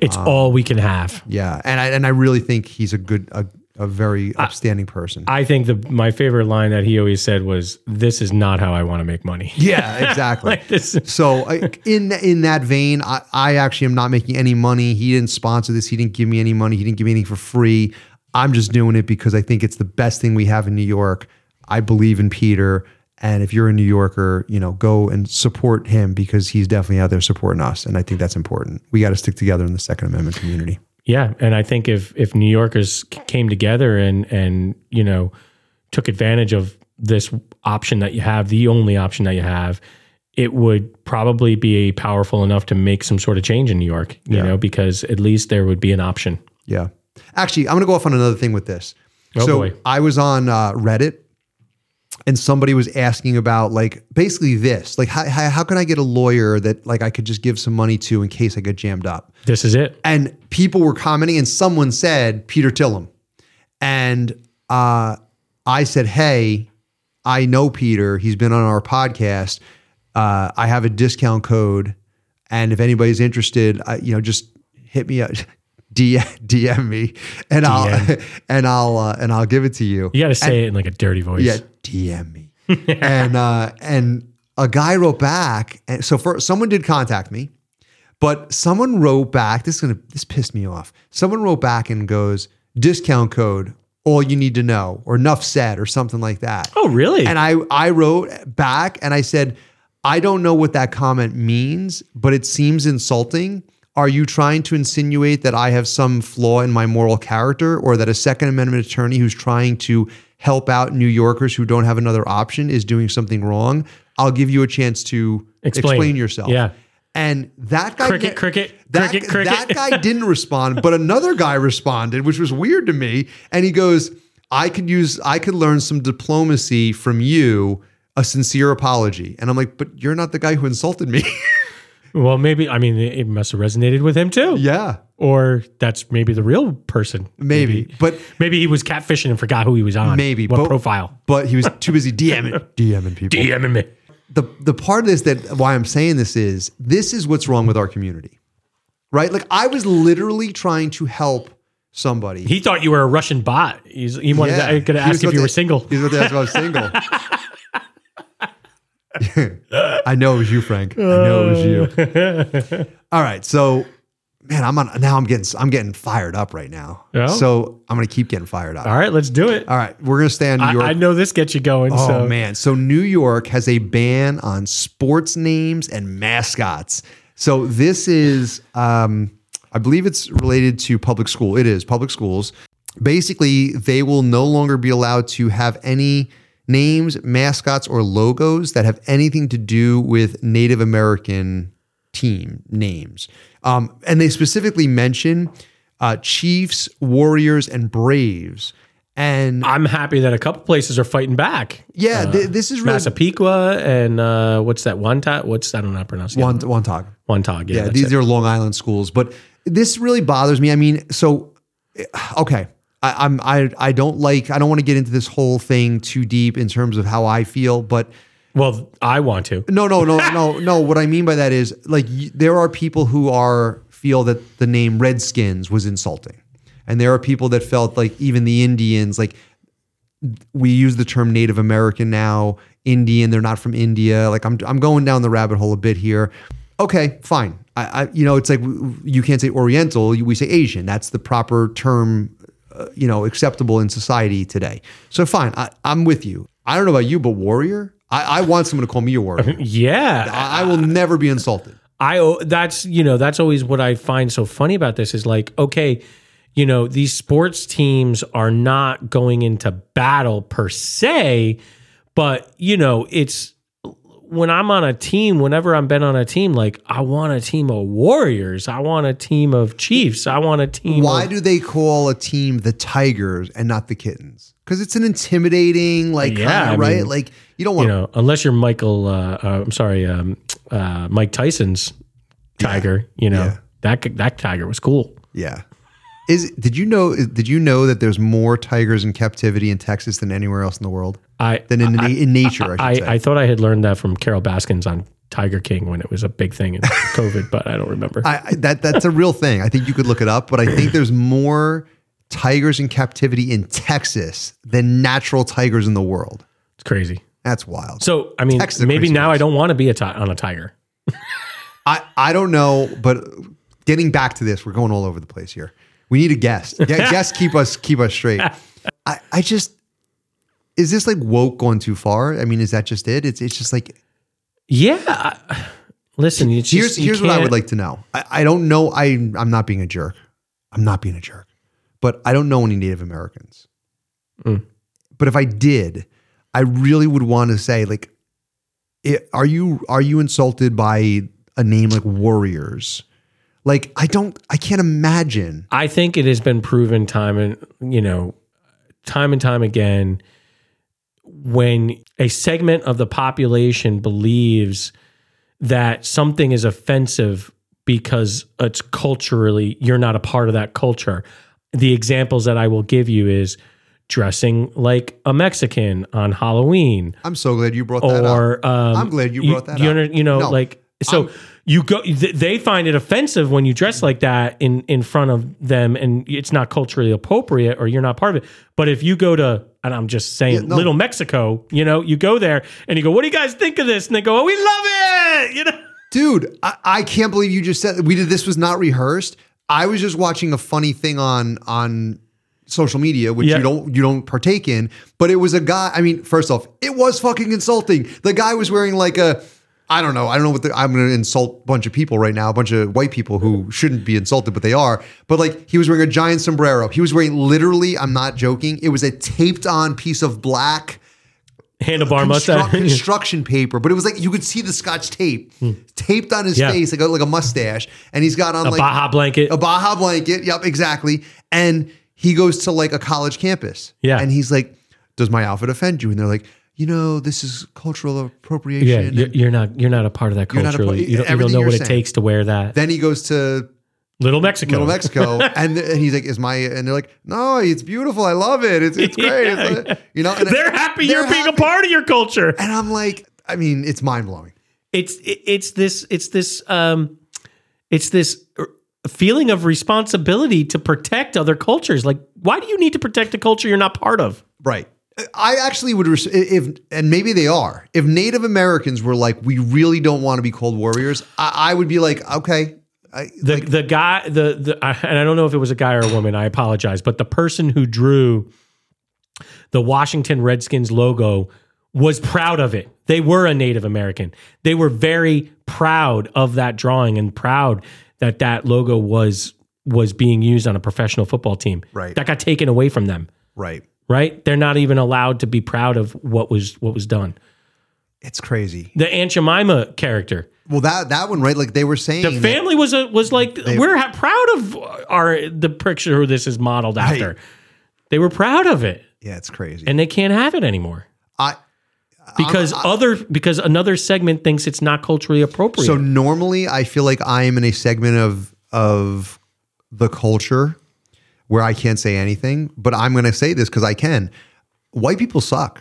[SPEAKER 3] It's all we can have.
[SPEAKER 2] Yeah, and I and I really think he's a good, a, a very upstanding person.
[SPEAKER 3] I think the my favorite line that he always said was, "This is not how I want to make money."
[SPEAKER 2] yeah, exactly.
[SPEAKER 3] like this is
[SPEAKER 2] So I- in in that vein, I, I actually am not making any money. He didn't sponsor this. He didn't give me any money. He didn't give me anything for free. I'm just doing it because I think it's the best thing we have in New York. I believe in Peter, and if you're a New Yorker, you know, go and support him because he's definitely out there supporting us, and I think that's important. We got to stick together in the Second Amendment community.
[SPEAKER 3] Yeah, and I think if if New Yorkers c- came together and and you know took advantage of this option that you have, the only option that you have, it would probably be powerful enough to make some sort of change in New York. You know, because at least there would be an option.
[SPEAKER 2] Yeah. Actually, I'm going to go off on another thing with this.
[SPEAKER 3] Oh,
[SPEAKER 2] so
[SPEAKER 3] boy.
[SPEAKER 2] I was on uh, Reddit and somebody was asking about like basically this, like how, how, how can I get a lawyer that like I could just give some money to in case I get jammed up?
[SPEAKER 3] This is it.
[SPEAKER 2] And people were commenting and someone said Peter Tillum. And uh, I said, hey, I know Peter. He's been on our podcast. Uh, I have a discount code, and if anybody's interested, I, you know, just hit me up, DM, DM me, and I'll and I'll uh, and I'll give it to you.
[SPEAKER 3] You got to say it in like a dirty voice.
[SPEAKER 2] Yeah, DM me. and uh, and a guy wrote back, and so for someone did contact me, but someone wrote back. This is gonna this pissed me off. Someone wrote back and goes discount code. All you need to know, or enough said, or something like that.
[SPEAKER 3] Oh, really?
[SPEAKER 2] And I I wrote back and I said, I don't know what that comment means, but it seems insulting. Are you trying to insinuate that I have some flaw in my moral character or that a Second Amendment attorney who's trying to help out New Yorkers who don't have another option is doing something wrong? I'll give you a chance to
[SPEAKER 3] Explain.
[SPEAKER 2] explain, yourself.
[SPEAKER 3] Yeah.
[SPEAKER 2] And that guy
[SPEAKER 3] Cricket,
[SPEAKER 2] ne-
[SPEAKER 3] cricket,
[SPEAKER 2] that,
[SPEAKER 3] cricket, cricket.
[SPEAKER 2] That guy didn't respond, but another guy responded, which was weird to me. And he goes, I could use, I could learn some diplomacy from you, a sincere apology. And I'm like, but you're not the guy who insulted me.
[SPEAKER 3] Well, maybe I mean it must have resonated with him too,
[SPEAKER 2] yeah,
[SPEAKER 3] or that's maybe the real person.
[SPEAKER 2] maybe. But
[SPEAKER 3] Maybe he was catfishing and forgot who he was on.
[SPEAKER 2] Maybe,
[SPEAKER 3] what
[SPEAKER 2] but-
[SPEAKER 3] profile?
[SPEAKER 2] but he was too busy DMing, DMing people.
[SPEAKER 3] DMing me.
[SPEAKER 2] the the part of this that why I'm saying this is this is what's wrong with our community. Right? Like I was literally trying to help somebody.
[SPEAKER 3] He thought you were a Russian bot. He's, he wanted
[SPEAKER 2] Yeah.
[SPEAKER 3] to, gonna
[SPEAKER 2] He was
[SPEAKER 3] ask if
[SPEAKER 2] about
[SPEAKER 3] you
[SPEAKER 2] to-
[SPEAKER 3] were single.
[SPEAKER 2] He's about to ask if I was single. I know it was you, Frank. I know it was you. All right, so man, I'm on now. I'm getting I'm getting fired up right now.
[SPEAKER 3] Yeah?
[SPEAKER 2] So I'm gonna keep getting fired up. All
[SPEAKER 3] Oh? All right, letlet's do it.
[SPEAKER 2] right, we're gonna stay on New
[SPEAKER 3] I,
[SPEAKER 2] York.
[SPEAKER 3] I know this gets you going.
[SPEAKER 2] Oh
[SPEAKER 3] so
[SPEAKER 2] man! So New York has a ban on sports names and mascots. So this is, um, I believe, it's related to public school. It is public schools. Basically, they will no longer be allowed to have any names, mascots, or logos that have anything to do with Native American team names. Um, and they specifically mention uh, Chiefs, Warriors, and Braves. And
[SPEAKER 3] I'm happy that a couple places are fighting back.
[SPEAKER 2] yeah, thi- this is really
[SPEAKER 3] Massapequa and uh, what's that? Wanta? What's I don't know how to pronounce it.
[SPEAKER 2] One, one talk.
[SPEAKER 3] Wantag. Yeah,
[SPEAKER 2] Yeah,
[SPEAKER 3] that's
[SPEAKER 2] these
[SPEAKER 3] it.
[SPEAKER 2] are Long Island schools, but this really bothers me. I mean, so eh, okay, I, I'm I I don't like I don't want to get into this whole thing too deep in terms of how I feel, but
[SPEAKER 3] well, I want to.
[SPEAKER 2] no, no, no, no, no. What I mean by that is like y- there are people who are feel that the name Redskins was insulting, and there are people that felt like even the Indians like we use the term Native American now, Indian, they're not from India. Like I'm, I'm going down the rabbit hole a bit here. Okay, fine. I, I you know, it's like w- w- you can't say Oriental, you- we say Asian. That's the proper term, uh, you know, acceptable in society today. So fine, I, I'm with you. I don't know about you, but warrior, I, I want someone to call me a warrior.
[SPEAKER 3] Yeah,
[SPEAKER 2] I, I will never be insulted.
[SPEAKER 3] I, o- that's you know that's always what I find so funny about this is like okay, you know these sports teams are not going into battle per se, but you know it's when I'm on a team, whenever I'm been on a team, like I want a team of warriors, I want a team of chiefs, I want a team.
[SPEAKER 2] Why
[SPEAKER 3] of,
[SPEAKER 2] do they call a team the Tigers and not the Kittens? Because it's an intimidating, like,
[SPEAKER 3] Yeah,
[SPEAKER 2] kinda,
[SPEAKER 3] I
[SPEAKER 2] right?
[SPEAKER 3] mean,
[SPEAKER 2] like, you don't want
[SPEAKER 3] you
[SPEAKER 2] to
[SPEAKER 3] know unless you're Michael? Uh, uh, I'm sorry, um, uh, Mike Tyson's tiger. You know
[SPEAKER 2] Yeah.
[SPEAKER 3] that that tiger was cool.
[SPEAKER 2] Yeah. Is did you know did you know that there's more tigers in captivity in Texas than anywhere else in the world?
[SPEAKER 3] I
[SPEAKER 2] Than in, na- in nature, I,
[SPEAKER 3] I,
[SPEAKER 2] should say.
[SPEAKER 3] I thought I had learned that from Carol Baskins on Tiger King when it was a big thing in COVID, but I don't remember.
[SPEAKER 2] I, I, that that's a real thing. I think you could look it up, but I think there's more tigers in captivity in Texas than natural tigers in the world.
[SPEAKER 3] It's crazy.
[SPEAKER 2] That's wild.
[SPEAKER 3] So I mean,
[SPEAKER 2] Texas are
[SPEAKER 3] maybe
[SPEAKER 2] crazy
[SPEAKER 3] now I don't want to be a ti- on a tiger.
[SPEAKER 2] I, I don't know, but getting back to this, we're going all over the place here. We need a guest. Gu- guest keep us keep us straight. I, I just is this like woke going too far? I mean, is that just it? It's it's just like
[SPEAKER 3] Yeah. I- Listen, it's
[SPEAKER 2] here's
[SPEAKER 3] just, you
[SPEAKER 2] here's what I
[SPEAKER 3] can't-
[SPEAKER 2] would like to know. I, I don't know. I I'm not being a jerk. I'm not being a jerk. But I don't know any Native Americans.
[SPEAKER 3] Mm.
[SPEAKER 2] But if I did, I really would want to say like, it, are you are you insulted by a name like Warriors? Like I don't. I can't imagine.
[SPEAKER 3] I think it has been proven time and you know, time and time again, when a segment of the population believes that something is offensive because it's culturally you're not a part of that culture. The examples that I will give you is dressing like a Mexican on Halloween
[SPEAKER 2] I'm so glad you brought that up.
[SPEAKER 3] or um,
[SPEAKER 2] I'm glad you brought that
[SPEAKER 3] you,
[SPEAKER 2] up.
[SPEAKER 3] under- you know,
[SPEAKER 2] No,
[SPEAKER 3] like so you go. th- They find it offensive when you dress like that in in front of them, and it's not culturally appropriate, or you're not part of it. But if you go to and I'm just saying,
[SPEAKER 2] no.
[SPEAKER 3] Little Mexico, you know, you go there and you go, "What do you guys think of this?" And they go, "Oh, we love it," you know.
[SPEAKER 2] dude I, I can't believe you just said we did this was not rehearsed i was just watching a funny thing on on social media which
[SPEAKER 3] Yeah.
[SPEAKER 2] you don't you don't partake in but it was a guy i mean first off it was fucking insulting the guy was wearing like a I don't know. I don't know what the, I'm going to insult a bunch of people right now, a bunch of white people who shouldn't be insulted, but they are. But like, he was wearing a giant sombrero. He was wearing literally, I'm not joking, it was a taped on piece of black
[SPEAKER 3] handlebar
[SPEAKER 2] constru-
[SPEAKER 3] mustache.
[SPEAKER 2] construction paper, but it was like you could see the scotch tape taped on his
[SPEAKER 3] Hmm. Yeah.
[SPEAKER 2] face, like a, like a mustache. And he's got on like
[SPEAKER 3] Baja blanket.
[SPEAKER 2] a Baja blanket. Yep, exactly. And he goes to like a college campus.
[SPEAKER 3] Yeah.
[SPEAKER 2] And he's like, Does my outfit offend you? And they're like, You know, this is cultural appropriation.
[SPEAKER 3] Yeah,
[SPEAKER 2] And
[SPEAKER 3] you're, you're not you're not a part of that
[SPEAKER 2] You're not a part-
[SPEAKER 3] culturally. You don't, you don't
[SPEAKER 2] everything
[SPEAKER 3] know
[SPEAKER 2] you're
[SPEAKER 3] what it
[SPEAKER 2] saying.
[SPEAKER 3] takes to wear that.
[SPEAKER 2] then he goes to
[SPEAKER 3] Little Mexico.
[SPEAKER 2] Little Mexico, and, th- and he's like, "Is my?" And they're like, "No, it's beautiful. I love it. It's it's great. It's- You know." And I-
[SPEAKER 3] They're happy
[SPEAKER 2] they're
[SPEAKER 3] you're being a
[SPEAKER 2] happy.
[SPEAKER 3] part of your culture.
[SPEAKER 2] And I'm like, I mean, it's mind blowing.
[SPEAKER 3] It's it- it's this it's this um it's this er, feeling of responsibility to protect other cultures. Like why do you need to protect a culture you're not part of?
[SPEAKER 2] Right. I actually would, res- if and maybe they are. If Native Americans were like, "We really don't want to be called warriors," I, I would be like, "Okay." I,
[SPEAKER 3] The the guy the the I- and I don't know if it was a guy or a woman. I apologize, but the person who drew the Washington Redskins logo was proud of it. They were a Native American. They were very proud of that drawing and proud that that logo was was being used on a professional football team.
[SPEAKER 2] Right.
[SPEAKER 3] That got taken away from them.
[SPEAKER 2] right.
[SPEAKER 3] Right? They're not even allowed to be proud of what was what was done.
[SPEAKER 2] It's crazy.
[SPEAKER 3] The Aunt Jemima character.
[SPEAKER 2] Well, that that one, right? Like they were saying,
[SPEAKER 3] The
[SPEAKER 2] that-
[SPEAKER 3] family was a, was like we're ha- proud of our the picture who this is modeled after. They were proud of it,
[SPEAKER 2] yeah, it's crazy.
[SPEAKER 3] and they can't have it anymore
[SPEAKER 2] I Um,
[SPEAKER 3] because other because another segment thinks it's not culturally appropriate.
[SPEAKER 2] so normally I feel like I am in a segment of of the culture where I can't say anything, but I'm going to say this because I can. White people suck.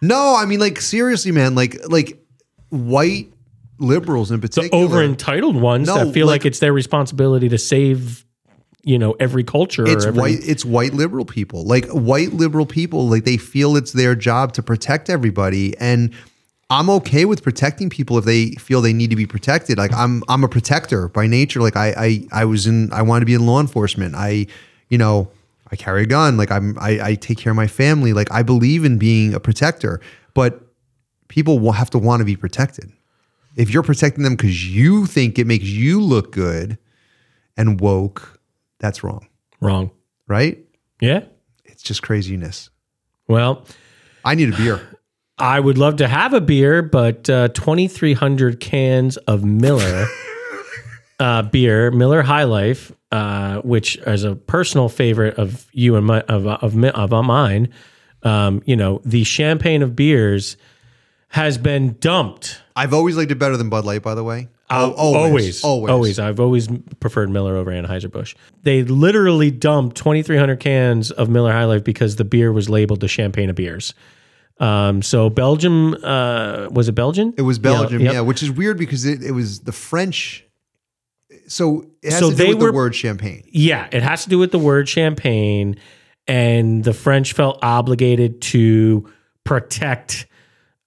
[SPEAKER 2] no, I mean, like seriously, man. Like like white liberals in particular.
[SPEAKER 3] Over entitled ones
[SPEAKER 2] No,
[SPEAKER 3] that feel like,
[SPEAKER 2] like-
[SPEAKER 3] it's their responsibility to save, you know, every culture.
[SPEAKER 2] it's
[SPEAKER 3] or every,
[SPEAKER 2] white it's white liberal people like white liberal people like they feel it's their job to protect everybody and i'm okay with protecting people if they feel they need to be protected like i'm i'm a protector by nature like i i, I was in i wanted to be in law enforcement i you know i carry a gun like i'm I, I take care of my family like i believe in being a protector but people will have to want to be protected if you're protecting them because you think it makes you look good and woke that's wrong
[SPEAKER 3] Wrong.
[SPEAKER 2] right?
[SPEAKER 3] Yeah.
[SPEAKER 2] It's just craziness.
[SPEAKER 3] Well,
[SPEAKER 2] I need a beer.
[SPEAKER 3] I would love to have a beer, but uh, 2,300 cans of Miller uh, beer, Miller High Life, uh, which is a personal favorite of you and my, of, of, mi- of mine, um, you know, the champagne of beers has been dumped.
[SPEAKER 2] I've always liked it better than Bud Light, by the way. Oh,
[SPEAKER 3] Uh, always,
[SPEAKER 2] always,
[SPEAKER 3] I've always preferred Miller over Anheuser Busch. They literally dumped 2,300 cans of Miller High Life because the beer was labeled the champagne of beers. Um, so Belgium uh, was it Belgian?
[SPEAKER 2] It was Belgium,
[SPEAKER 3] yep.
[SPEAKER 2] yeah, which is weird because it, it was the French. So it has
[SPEAKER 3] So
[SPEAKER 2] to do
[SPEAKER 3] they
[SPEAKER 2] with
[SPEAKER 3] were-
[SPEAKER 2] the word champagne.
[SPEAKER 3] Yeah, it has to do with the word champagne, and the French felt obligated to protect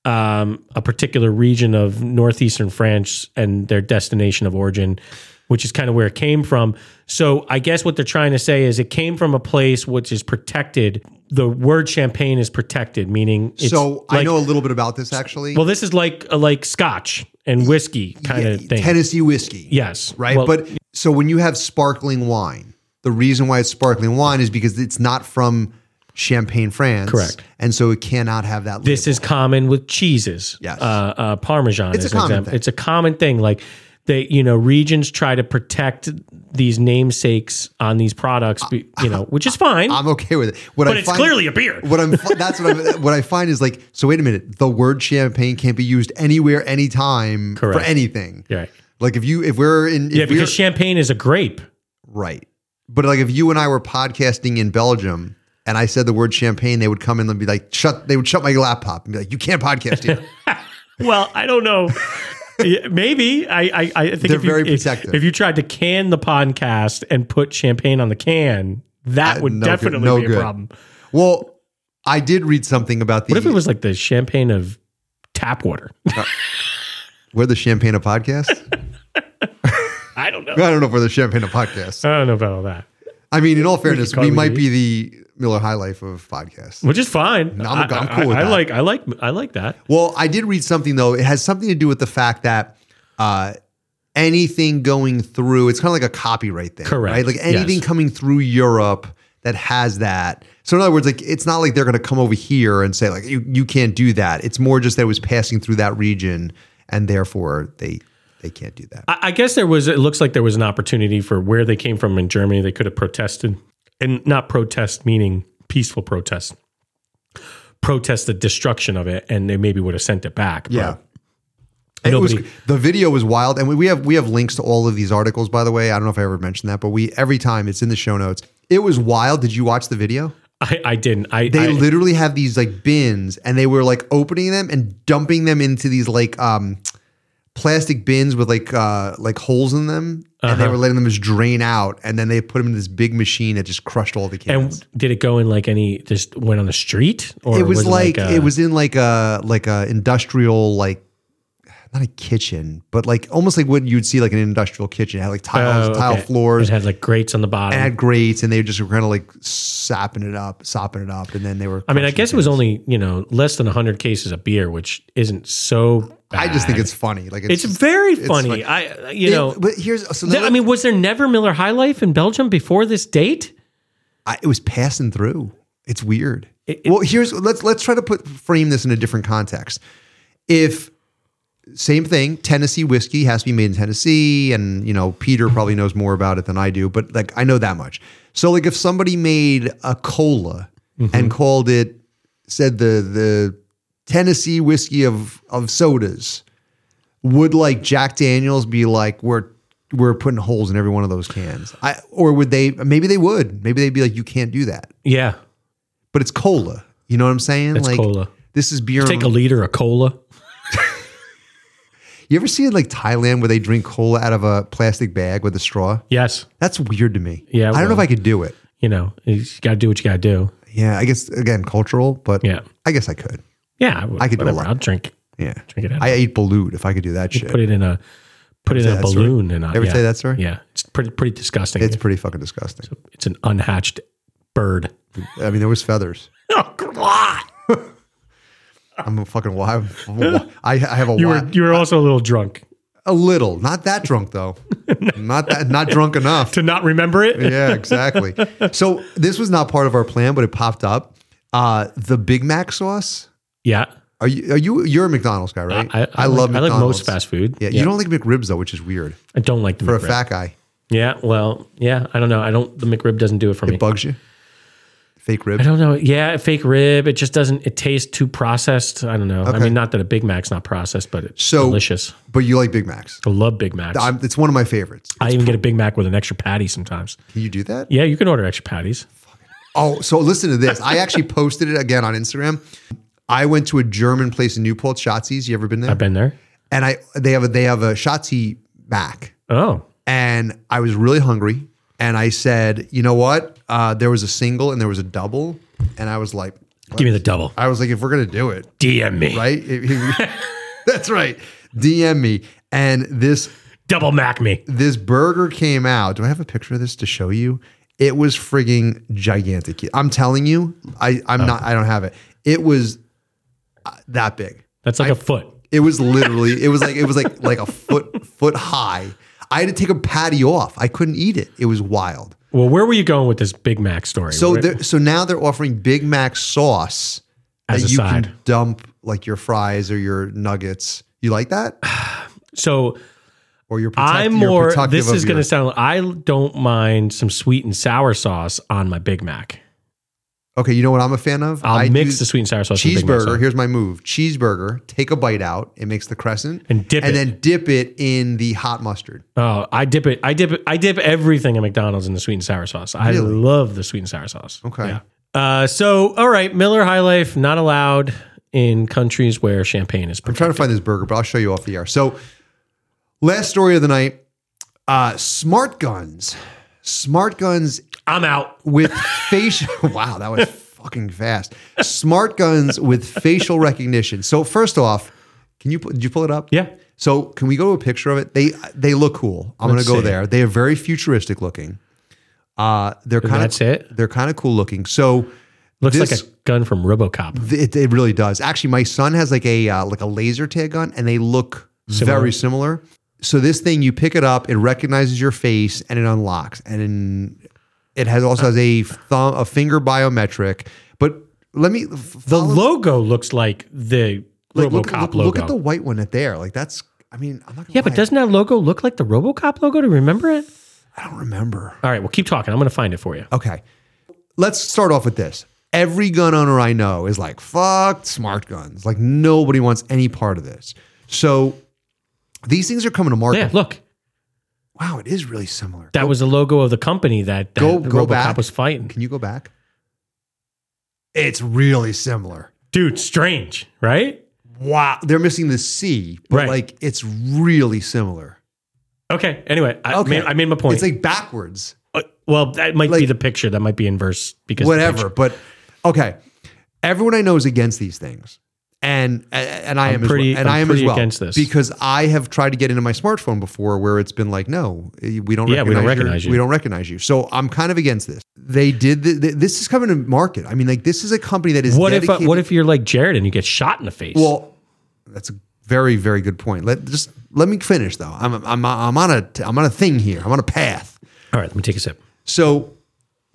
[SPEAKER 3] um, a particular region of northeastern France and their destination of origin, which is kind of where it came from. So I guess what they're trying to say is it came from a place which is protected. The word champagne is protected, meaning it's
[SPEAKER 2] so I
[SPEAKER 3] like-
[SPEAKER 2] know a little bit about this actually.
[SPEAKER 3] Well, this is like like Scotch and whiskey kind of thing.
[SPEAKER 2] Tennessee whiskey.
[SPEAKER 3] yes,
[SPEAKER 2] Right.
[SPEAKER 3] Well,
[SPEAKER 2] but so when you have sparkling wine, the reason why it's sparkling wine is because it's not from Champagne, France.
[SPEAKER 3] Correct.
[SPEAKER 2] And so it cannot have that.
[SPEAKER 3] This is common with cheeses.
[SPEAKER 2] Yes.
[SPEAKER 3] Uh, uh, Parmesan.
[SPEAKER 2] It's a
[SPEAKER 3] is an
[SPEAKER 2] common
[SPEAKER 3] example.
[SPEAKER 2] thing.
[SPEAKER 3] It's a common thing. Like they, you know, regions try to protect these namesakes on these products. be- you know, which is fine,
[SPEAKER 2] I'm okay with it. What
[SPEAKER 3] but
[SPEAKER 2] I
[SPEAKER 3] it's
[SPEAKER 2] find-
[SPEAKER 3] clearly a beer.
[SPEAKER 2] what I'm that's what I'm what I find is like so wait a minute the word champagne can't be used anywhere anytime
[SPEAKER 3] Correct.
[SPEAKER 2] for anything
[SPEAKER 3] Right.
[SPEAKER 2] like if you if we're in if
[SPEAKER 3] Yeah,
[SPEAKER 2] we're,
[SPEAKER 3] because champagne is a grape.
[SPEAKER 2] right but like if you and I were podcasting in Belgium and I said the word champagne they would come in and be like shut they would shut my laptop and be like you can't podcast here
[SPEAKER 3] Well, I don't know. Yeah, Maybe I, I, I think
[SPEAKER 2] They're
[SPEAKER 3] if you,
[SPEAKER 2] very
[SPEAKER 3] if-
[SPEAKER 2] protective.
[SPEAKER 3] If, you tried to can the podcast and put champagne on the can, that
[SPEAKER 2] Uh,
[SPEAKER 3] would
[SPEAKER 2] no good-
[SPEAKER 3] definitely
[SPEAKER 2] no
[SPEAKER 3] be a
[SPEAKER 2] good.
[SPEAKER 3] problem.
[SPEAKER 2] well I did read something about the
[SPEAKER 3] What if it was like the champagne of tap water?
[SPEAKER 2] we're the champagne of podcasts
[SPEAKER 3] I don't know.
[SPEAKER 2] I don't know if we're the champagne of podcasts
[SPEAKER 3] I don't know about all that.
[SPEAKER 2] I mean, in all fairness,
[SPEAKER 3] call
[SPEAKER 2] we
[SPEAKER 3] it
[SPEAKER 2] might
[SPEAKER 3] a
[SPEAKER 2] be the Miller High Life of podcasts.
[SPEAKER 3] which is fine.
[SPEAKER 2] No, I'm-
[SPEAKER 3] I-
[SPEAKER 2] I'm
[SPEAKER 3] I-
[SPEAKER 2] cool with
[SPEAKER 3] I
[SPEAKER 2] that.
[SPEAKER 3] like, I like, I like that.
[SPEAKER 2] Well, I did read something though. It has something to do with the fact that uh, anything going through, it's kind of like a copyright thing,
[SPEAKER 3] Correct.
[SPEAKER 2] Right? Like anything
[SPEAKER 3] Yes.
[SPEAKER 2] coming through Europe that has that. So in other words, like it's not like they're going to come over here and say like you you can't do that. It's more just that it was passing through that region, and therefore they they can't do that.
[SPEAKER 3] I, I guess there was. It looks like there was an opportunity for where they came from in Germany. They could have protested, and not protest meaning peaceful protest. Protest the destruction of it, and they maybe would have sent it back. but-
[SPEAKER 2] Yeah. And it was-
[SPEAKER 3] Nobody-
[SPEAKER 2] the video was wild, and we, we have we have links to all of these articles. By the way, I don't know if I ever mentioned that, but we every time it's in the show notes. It was wild. Did you watch the video?
[SPEAKER 3] I, I didn't. I,
[SPEAKER 2] They
[SPEAKER 3] I-
[SPEAKER 2] literally have these like bins, and they were like opening them and dumping them into these like um plastic bins with like uh like holes in them, and they
[SPEAKER 3] Uh-huh.
[SPEAKER 2] were letting them just drain out, and then they put them in this big machine that just crushed all the cans.
[SPEAKER 3] and did it go in like any? Just went on the street, or
[SPEAKER 2] it was, like,
[SPEAKER 3] a-
[SPEAKER 2] it was in like a like a industrial like not a kitchen, but like almost like what you'd see like an industrial kitchen. It had like tiles,
[SPEAKER 3] Oh,
[SPEAKER 2] tile
[SPEAKER 3] okay.
[SPEAKER 2] floors,
[SPEAKER 3] It had like grates on the bottom.
[SPEAKER 2] had grates, and they just were kind of like sapping it up, sopping it up, and then they were.
[SPEAKER 3] I mean, I
[SPEAKER 2] crushing
[SPEAKER 3] guess it was only you know less than hundred cases of beer, which isn't so.
[SPEAKER 2] I just think
[SPEAKER 3] bad.
[SPEAKER 2] it's funny. Like
[SPEAKER 3] it's very funny.
[SPEAKER 2] funny.
[SPEAKER 3] I uh, you
[SPEAKER 2] It-
[SPEAKER 3] know
[SPEAKER 2] but here's so
[SPEAKER 3] Th- I mean, was there never Miller High Life in Belgium before this date?
[SPEAKER 2] I, it was passing through. It's weird.
[SPEAKER 3] It- it-
[SPEAKER 2] well, here's let's let's try to put frame this in a different context. If same thing, Tennessee whiskey has to be made in Tennessee, and you know Peter probably knows more about it than I do, but like I know that much. So like if somebody made a cola
[SPEAKER 3] Mm-hmm.
[SPEAKER 2] and called it, said the the Tennessee whiskey of of sodas, would like Jack Daniels be like we're we're putting holes in every one of those cans? I or would they? Maybe they would. Maybe they'd be like you can't do that.
[SPEAKER 3] Yeah.
[SPEAKER 2] But it's cola. You know what I'm saying?
[SPEAKER 3] It's
[SPEAKER 2] like
[SPEAKER 3] cola.
[SPEAKER 2] This is beer.
[SPEAKER 3] Take a liter of cola.
[SPEAKER 2] you ever see in like Thailand where they drink cola out of a plastic bag with a straw?
[SPEAKER 3] Yes.
[SPEAKER 2] That's weird to me.
[SPEAKER 3] Yeah,
[SPEAKER 2] I don't know if
[SPEAKER 3] well.
[SPEAKER 2] I could do it.
[SPEAKER 3] You know, you got to do what you got to do.
[SPEAKER 2] Yeah, I guess again cultural, but
[SPEAKER 3] Yeah.
[SPEAKER 2] I guess I could.
[SPEAKER 3] Yeah. I, would,
[SPEAKER 2] I could do a
[SPEAKER 3] whatever.
[SPEAKER 2] lot.
[SPEAKER 3] I'll drink.
[SPEAKER 2] Yeah,
[SPEAKER 3] Drink it out.
[SPEAKER 2] I ate balut if I could do that shit.
[SPEAKER 3] Put it in a put it in a
[SPEAKER 2] that story?
[SPEAKER 3] balloon and I,
[SPEAKER 2] Ever
[SPEAKER 3] yeah.
[SPEAKER 2] say that story?
[SPEAKER 3] Yeah. It's pretty pretty disgusting.
[SPEAKER 2] It's
[SPEAKER 3] It's,
[SPEAKER 2] pretty fucking disgusting.
[SPEAKER 3] an unhatched bird.
[SPEAKER 2] I mean, there was feathers.
[SPEAKER 3] Oh God.
[SPEAKER 2] I'm a fucking wild. I I have a
[SPEAKER 3] You
[SPEAKER 2] wild.
[SPEAKER 3] were you were also a little drunk
[SPEAKER 2] A little, not that drunk though, not that, not drunk enough.
[SPEAKER 3] to not remember it.
[SPEAKER 2] Yeah, exactly. So this was not part of our plan, but it popped up. Uh, the Big Mac sauce.
[SPEAKER 3] Yeah.
[SPEAKER 2] Are you? Are you? You're a McDonald's guy, right?
[SPEAKER 3] I, I, love like, I like most fast food.
[SPEAKER 2] Yeah, you don't like McRibs though, which is weird
[SPEAKER 3] I don't like the
[SPEAKER 2] for a
[SPEAKER 3] McRib.
[SPEAKER 2] fat guy.
[SPEAKER 3] Yeah. Well. Yeah. I don't know. I don't. The McRib doesn't do it for me.
[SPEAKER 2] It bugs you. Fake
[SPEAKER 3] I
[SPEAKER 2] rib.
[SPEAKER 3] don't know. Yeah, fake rib. It just doesn't. It tastes too processed. I don't know. I mean, not that a Big Mac's not processed, but it's
[SPEAKER 2] So-
[SPEAKER 3] delicious.
[SPEAKER 2] But you like Big Macs.
[SPEAKER 3] I love Big Macs. i
[SPEAKER 2] I'm, it's one of my favorites.
[SPEAKER 3] even get a Big Mac with an extra patty sometimes.
[SPEAKER 2] Can you do that?
[SPEAKER 3] Yeah, you can order extra patties.
[SPEAKER 2] Oh, so listen to this. I actually posted it again on Instagram. I went to a German place in Newport, Schatzi's. You ever been there?
[SPEAKER 3] I've been there.
[SPEAKER 2] and I they have a they have a Shotzi Mac,
[SPEAKER 3] Oh,
[SPEAKER 2] and I was really hungry, and I said, you know what? Uh, there was a single and there was a double, and I was like,
[SPEAKER 3] give me the double.
[SPEAKER 2] I was like, if we're gonna do it,
[SPEAKER 3] DM me.
[SPEAKER 2] right? If- if- that's right. DM me, and this
[SPEAKER 3] Double Mac me.
[SPEAKER 2] this burger came out. Do I have a picture of this to show you? It was frigging gigantic. I'm telling you, I I'm not. I don't have it. It was uh, that big.
[SPEAKER 3] That's like a foot.
[SPEAKER 2] It was literally. It was like it was like like a foot foot high. I had to take a patty off. I couldn't eat it. It was wild.
[SPEAKER 3] Well, where were you going with this Big Mac story?
[SPEAKER 2] So
[SPEAKER 3] Where-
[SPEAKER 2] they're, so now they're offering Big Mac sauce
[SPEAKER 3] As
[SPEAKER 2] that
[SPEAKER 3] a
[SPEAKER 2] you
[SPEAKER 3] side.
[SPEAKER 2] can dump like your fries or your nuggets. You like that?
[SPEAKER 3] so
[SPEAKER 2] Or your protect,
[SPEAKER 3] I'm
[SPEAKER 2] you're
[SPEAKER 3] more.
[SPEAKER 2] protective
[SPEAKER 3] This
[SPEAKER 2] of
[SPEAKER 3] is going
[SPEAKER 2] your-
[SPEAKER 3] to sound. I don't mind some sweet and sour sauce on my Big Mac.
[SPEAKER 2] okay. You know what I'm a fan of?
[SPEAKER 3] I'll
[SPEAKER 2] I
[SPEAKER 3] mix
[SPEAKER 2] do
[SPEAKER 3] the sweet and sour sauce. with Big Mac
[SPEAKER 2] cheeseburger.
[SPEAKER 3] sauce.
[SPEAKER 2] Here's my move: cheeseburger. Take a bite out. It makes the crescent
[SPEAKER 3] And dip
[SPEAKER 2] and
[SPEAKER 3] it.
[SPEAKER 2] then dip it in the hot mustard.
[SPEAKER 3] Oh, I dip it. I dip it. I dip everything at McDonald's in the sweet and sour sauce. I
[SPEAKER 2] Really?
[SPEAKER 3] love the sweet and sour sauce.
[SPEAKER 2] Okay.
[SPEAKER 3] Yeah. Uh, so, all right, Miller High Life not allowed in countries where champagne is.
[SPEAKER 2] I'm trying to find this burger, but I'll show you off the air. So, last story of the night: uh, smart guns, smart guns
[SPEAKER 3] I'm out.
[SPEAKER 2] with facial. Wow, that was fucking fast. Smart guns with facial recognition. So, first off, can you pu- did you pull it up?
[SPEAKER 3] Yeah.
[SPEAKER 2] So, can we go to a picture of it? They they look cool. I'm going
[SPEAKER 3] Let's
[SPEAKER 2] to go
[SPEAKER 3] see.
[SPEAKER 2] there. They are very futuristic looking. Uh, they're kind
[SPEAKER 3] that's
[SPEAKER 2] of
[SPEAKER 3] it?
[SPEAKER 2] they're kind of cool looking. So
[SPEAKER 3] Looks
[SPEAKER 2] this-
[SPEAKER 3] like a gun from RoboCop.
[SPEAKER 2] Th- It, it really does. Actually, my son has like a uh, like a laser tag gun, and they look
[SPEAKER 3] Similar.
[SPEAKER 2] very similar. So this thing, you pick it up, it recognizes your face, and it unlocks. And in, it has also has a thumb, a finger biometric. But let me
[SPEAKER 3] The
[SPEAKER 2] the
[SPEAKER 3] logo looks like the
[SPEAKER 2] look,
[SPEAKER 3] RoboCop
[SPEAKER 2] look,
[SPEAKER 3] logo.
[SPEAKER 2] look at the white one at there. Like that's. I mean, I'm not gonna
[SPEAKER 3] yeah, but
[SPEAKER 2] lie,
[SPEAKER 3] doesn't that logo look like the RoboCop logo? Do you remember it?
[SPEAKER 2] I don't remember.
[SPEAKER 3] All right, well, keep talking. I'm going to find it for you.
[SPEAKER 2] Okay. Let's start off with this. Every gun owner I know is like, fuck smart guns. Like, nobody wants any part of this. So these things are coming to market.
[SPEAKER 3] Yeah, look,
[SPEAKER 2] Wow, it is really similar.
[SPEAKER 3] that was the logo of the company that, that
[SPEAKER 2] Go-
[SPEAKER 3] the
[SPEAKER 2] go
[SPEAKER 3] RoboCop
[SPEAKER 2] back.
[SPEAKER 3] was fighting.
[SPEAKER 2] Can you go back? It's really similar.
[SPEAKER 3] Dude, strange, right?
[SPEAKER 2] Wow. They're missing the C, but
[SPEAKER 3] Right.
[SPEAKER 2] like, it's really similar.
[SPEAKER 3] Okay. Anyway, I,
[SPEAKER 2] Okay.
[SPEAKER 3] made, I made my point.
[SPEAKER 2] It's like backwards,
[SPEAKER 3] Uh, well, that might be
[SPEAKER 2] like-
[SPEAKER 3] the picture. That might be inverse because the
[SPEAKER 2] whatever. But okay. Everyone I know is against these things. And and I
[SPEAKER 3] I'm
[SPEAKER 2] am as
[SPEAKER 3] pretty-
[SPEAKER 2] well. and
[SPEAKER 3] I'm
[SPEAKER 2] I am
[SPEAKER 3] pretty
[SPEAKER 2] as well
[SPEAKER 3] against this.
[SPEAKER 2] because I have tried to get into my smartphone before where it's been like no eh, we don't
[SPEAKER 3] Yeah,
[SPEAKER 2] recognize
[SPEAKER 3] we don't
[SPEAKER 2] your-
[SPEAKER 3] recognize you.
[SPEAKER 2] we don't recognize you so I'm kind of against this they did th- th- this is coming to market I mean like this is a company that is
[SPEAKER 3] What if uh,
[SPEAKER 2] dedicated-
[SPEAKER 3] what if you're like Jared and you get shot in the face?
[SPEAKER 2] Well, that's a very very good point. Let just let me finish though. I'm I'm I'm on a I'm on a thing here. I'm on a path.
[SPEAKER 3] all right, let me take a sip.
[SPEAKER 2] So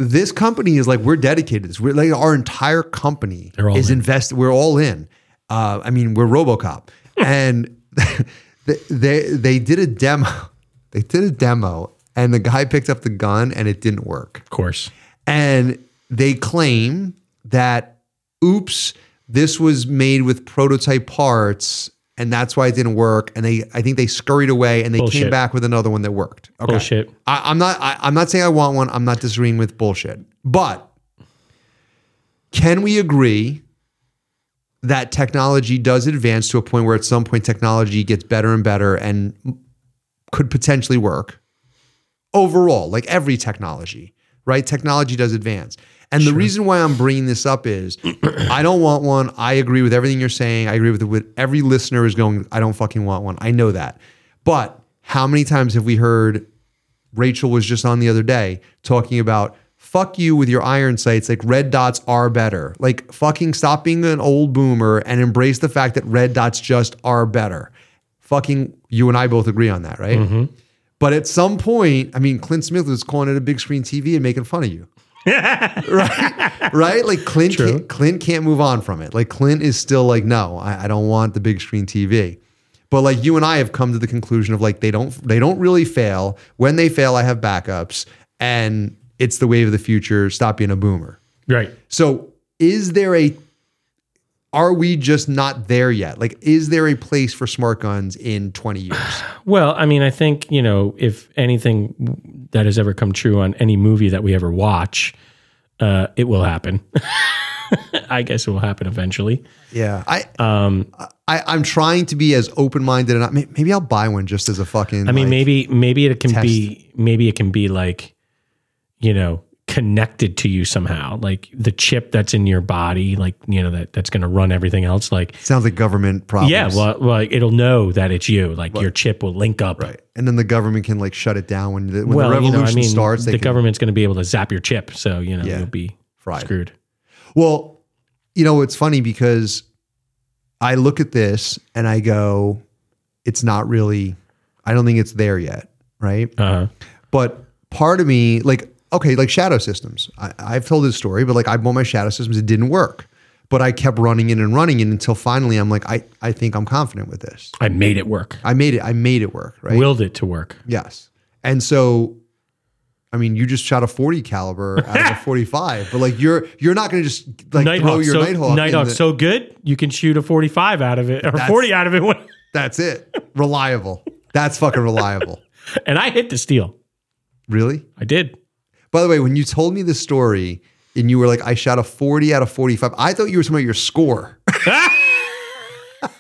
[SPEAKER 2] this company is like we're dedicated to this. We're like our entire company
[SPEAKER 3] They're all
[SPEAKER 2] is
[SPEAKER 3] in.
[SPEAKER 2] invested. We're all in. Uh, I mean, we're RoboCop, and they, they they did a demo. They did a demo, and the guy picked up the gun, and it didn't work.
[SPEAKER 3] Of course.
[SPEAKER 2] And they claim that, oops, this was made with prototype parts and that's why it didn't work. And they, I think they scurried away and they
[SPEAKER 3] Bullshit.
[SPEAKER 2] came back with another one that worked. Okay.
[SPEAKER 3] Bullshit.
[SPEAKER 2] I, I'm not, I, I'm not saying I want one. I'm not disagreeing with bullshit. But can we agree that technology does advance to a point where at some point technology gets better and better and could potentially work overall, like every technology, right? Technology does advance. And the reason why I'm bringing this up is I don't want one. I agree with everything you're saying. I agree with what every listener is going, I don't fucking want one. I know that. But how many times have we heard Rachel was just on the other day talking about fuck you with your iron sights like red dots are better like fucking stop being an old boomer and embrace the fact that red dots just are better fucking you and i both agree on that right but at some point i mean clint smith was calling it a big screen tv and making fun of you right right like clint can't, clint can't move on from it like clint is still like no I, I don't want the big screen tv but like you and I have come to the conclusion of like they don't they don't really fail. When they fail, I have backups, and it's the wave of the future. Stop being a boomer.
[SPEAKER 3] Right.
[SPEAKER 2] So is there a are we just not there yet? Like, is there a place for smart guns in 20 years?
[SPEAKER 3] Well, I mean, I think, you know, if anything that has ever come true on any movie that we ever watch, uh, it will happen. I guess it will happen eventually.
[SPEAKER 2] Yeah. I um I, I'm trying to be as open minded and I, may- maybe I'll buy one just as a fucking
[SPEAKER 3] I mean,
[SPEAKER 2] like,
[SPEAKER 3] maybe maybe it can be maybe it can be like, you know, connected to you somehow. Like the chip that's in your body, like, you know, that that's gonna run everything else. Like
[SPEAKER 2] sounds like government problems.
[SPEAKER 3] Yeah, well, well, like, it'll know that it's you. Like your chip will link up. Right.
[SPEAKER 2] and then the government can like shut it down when the, when
[SPEAKER 3] Well,
[SPEAKER 2] the revolution
[SPEAKER 3] you know, I mean,
[SPEAKER 2] starts. They
[SPEAKER 3] the
[SPEAKER 2] can
[SPEAKER 3] government's going to be able to zap your chip, so you know
[SPEAKER 2] Yeah.
[SPEAKER 3] you'll be
[SPEAKER 2] fry it.
[SPEAKER 3] screwed.
[SPEAKER 2] Well, you know, it's funny because I look at this and I go, it's not really, I don't think it's there yet. Right.
[SPEAKER 3] Uh-huh.
[SPEAKER 2] But part of me, like, okay, like shadow systems. I, I've told this story, but like I bought my shadow systems, it didn't work. But I kept running it and running it until finally I'm like, I, I think I'm confident with this.
[SPEAKER 3] I made it work.
[SPEAKER 2] I made it, I made it work. Right.
[SPEAKER 3] Willed it to work.
[SPEAKER 2] Yes. And so I mean, you just shot a 40 caliber out of a 45, but like you're you're not going to just like throw
[SPEAKER 3] Nighthawk,
[SPEAKER 2] your
[SPEAKER 3] so,
[SPEAKER 2] Nighthawk. in
[SPEAKER 3] Nighthawk,
[SPEAKER 2] the-
[SPEAKER 3] so good you can shoot a forty-five out of it or forty out of it. when-
[SPEAKER 2] That's it. Reliable. That's fucking reliable.
[SPEAKER 3] And I hit the steel.
[SPEAKER 2] Really?
[SPEAKER 3] I did.
[SPEAKER 2] By the way, when you told me this story and you were like, I shot a 40 out of 45, I thought you were talking about your score.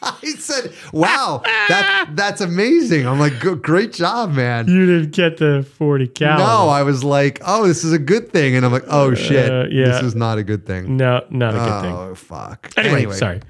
[SPEAKER 2] I said, wow, that, that's amazing. I'm like, "Go- great job, man.
[SPEAKER 3] You didn't get the forty cal.
[SPEAKER 2] No, I was like, oh, this is a good thing. And I'm like, oh, shit.
[SPEAKER 3] Uh, yeah.
[SPEAKER 2] This is not a good thing.
[SPEAKER 3] no, not a good thing.
[SPEAKER 2] Oh, fuck.
[SPEAKER 3] Anyway, sorry.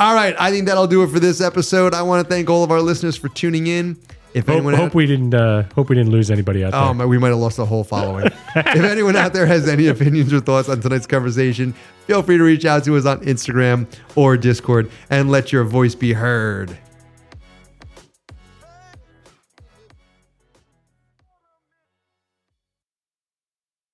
[SPEAKER 2] All right, I think that'll do it for this episode. I want to thank all of our listeners for tuning in. If
[SPEAKER 3] Hope,
[SPEAKER 2] anyone
[SPEAKER 3] hope we didn't uh, hope we didn't lose anybody out there.
[SPEAKER 2] Oh, my, we might have lost the whole following. if anyone out there has any opinions or thoughts on tonight's conversation, feel free to reach out to us on Instagram or Discord and let your voice be heard.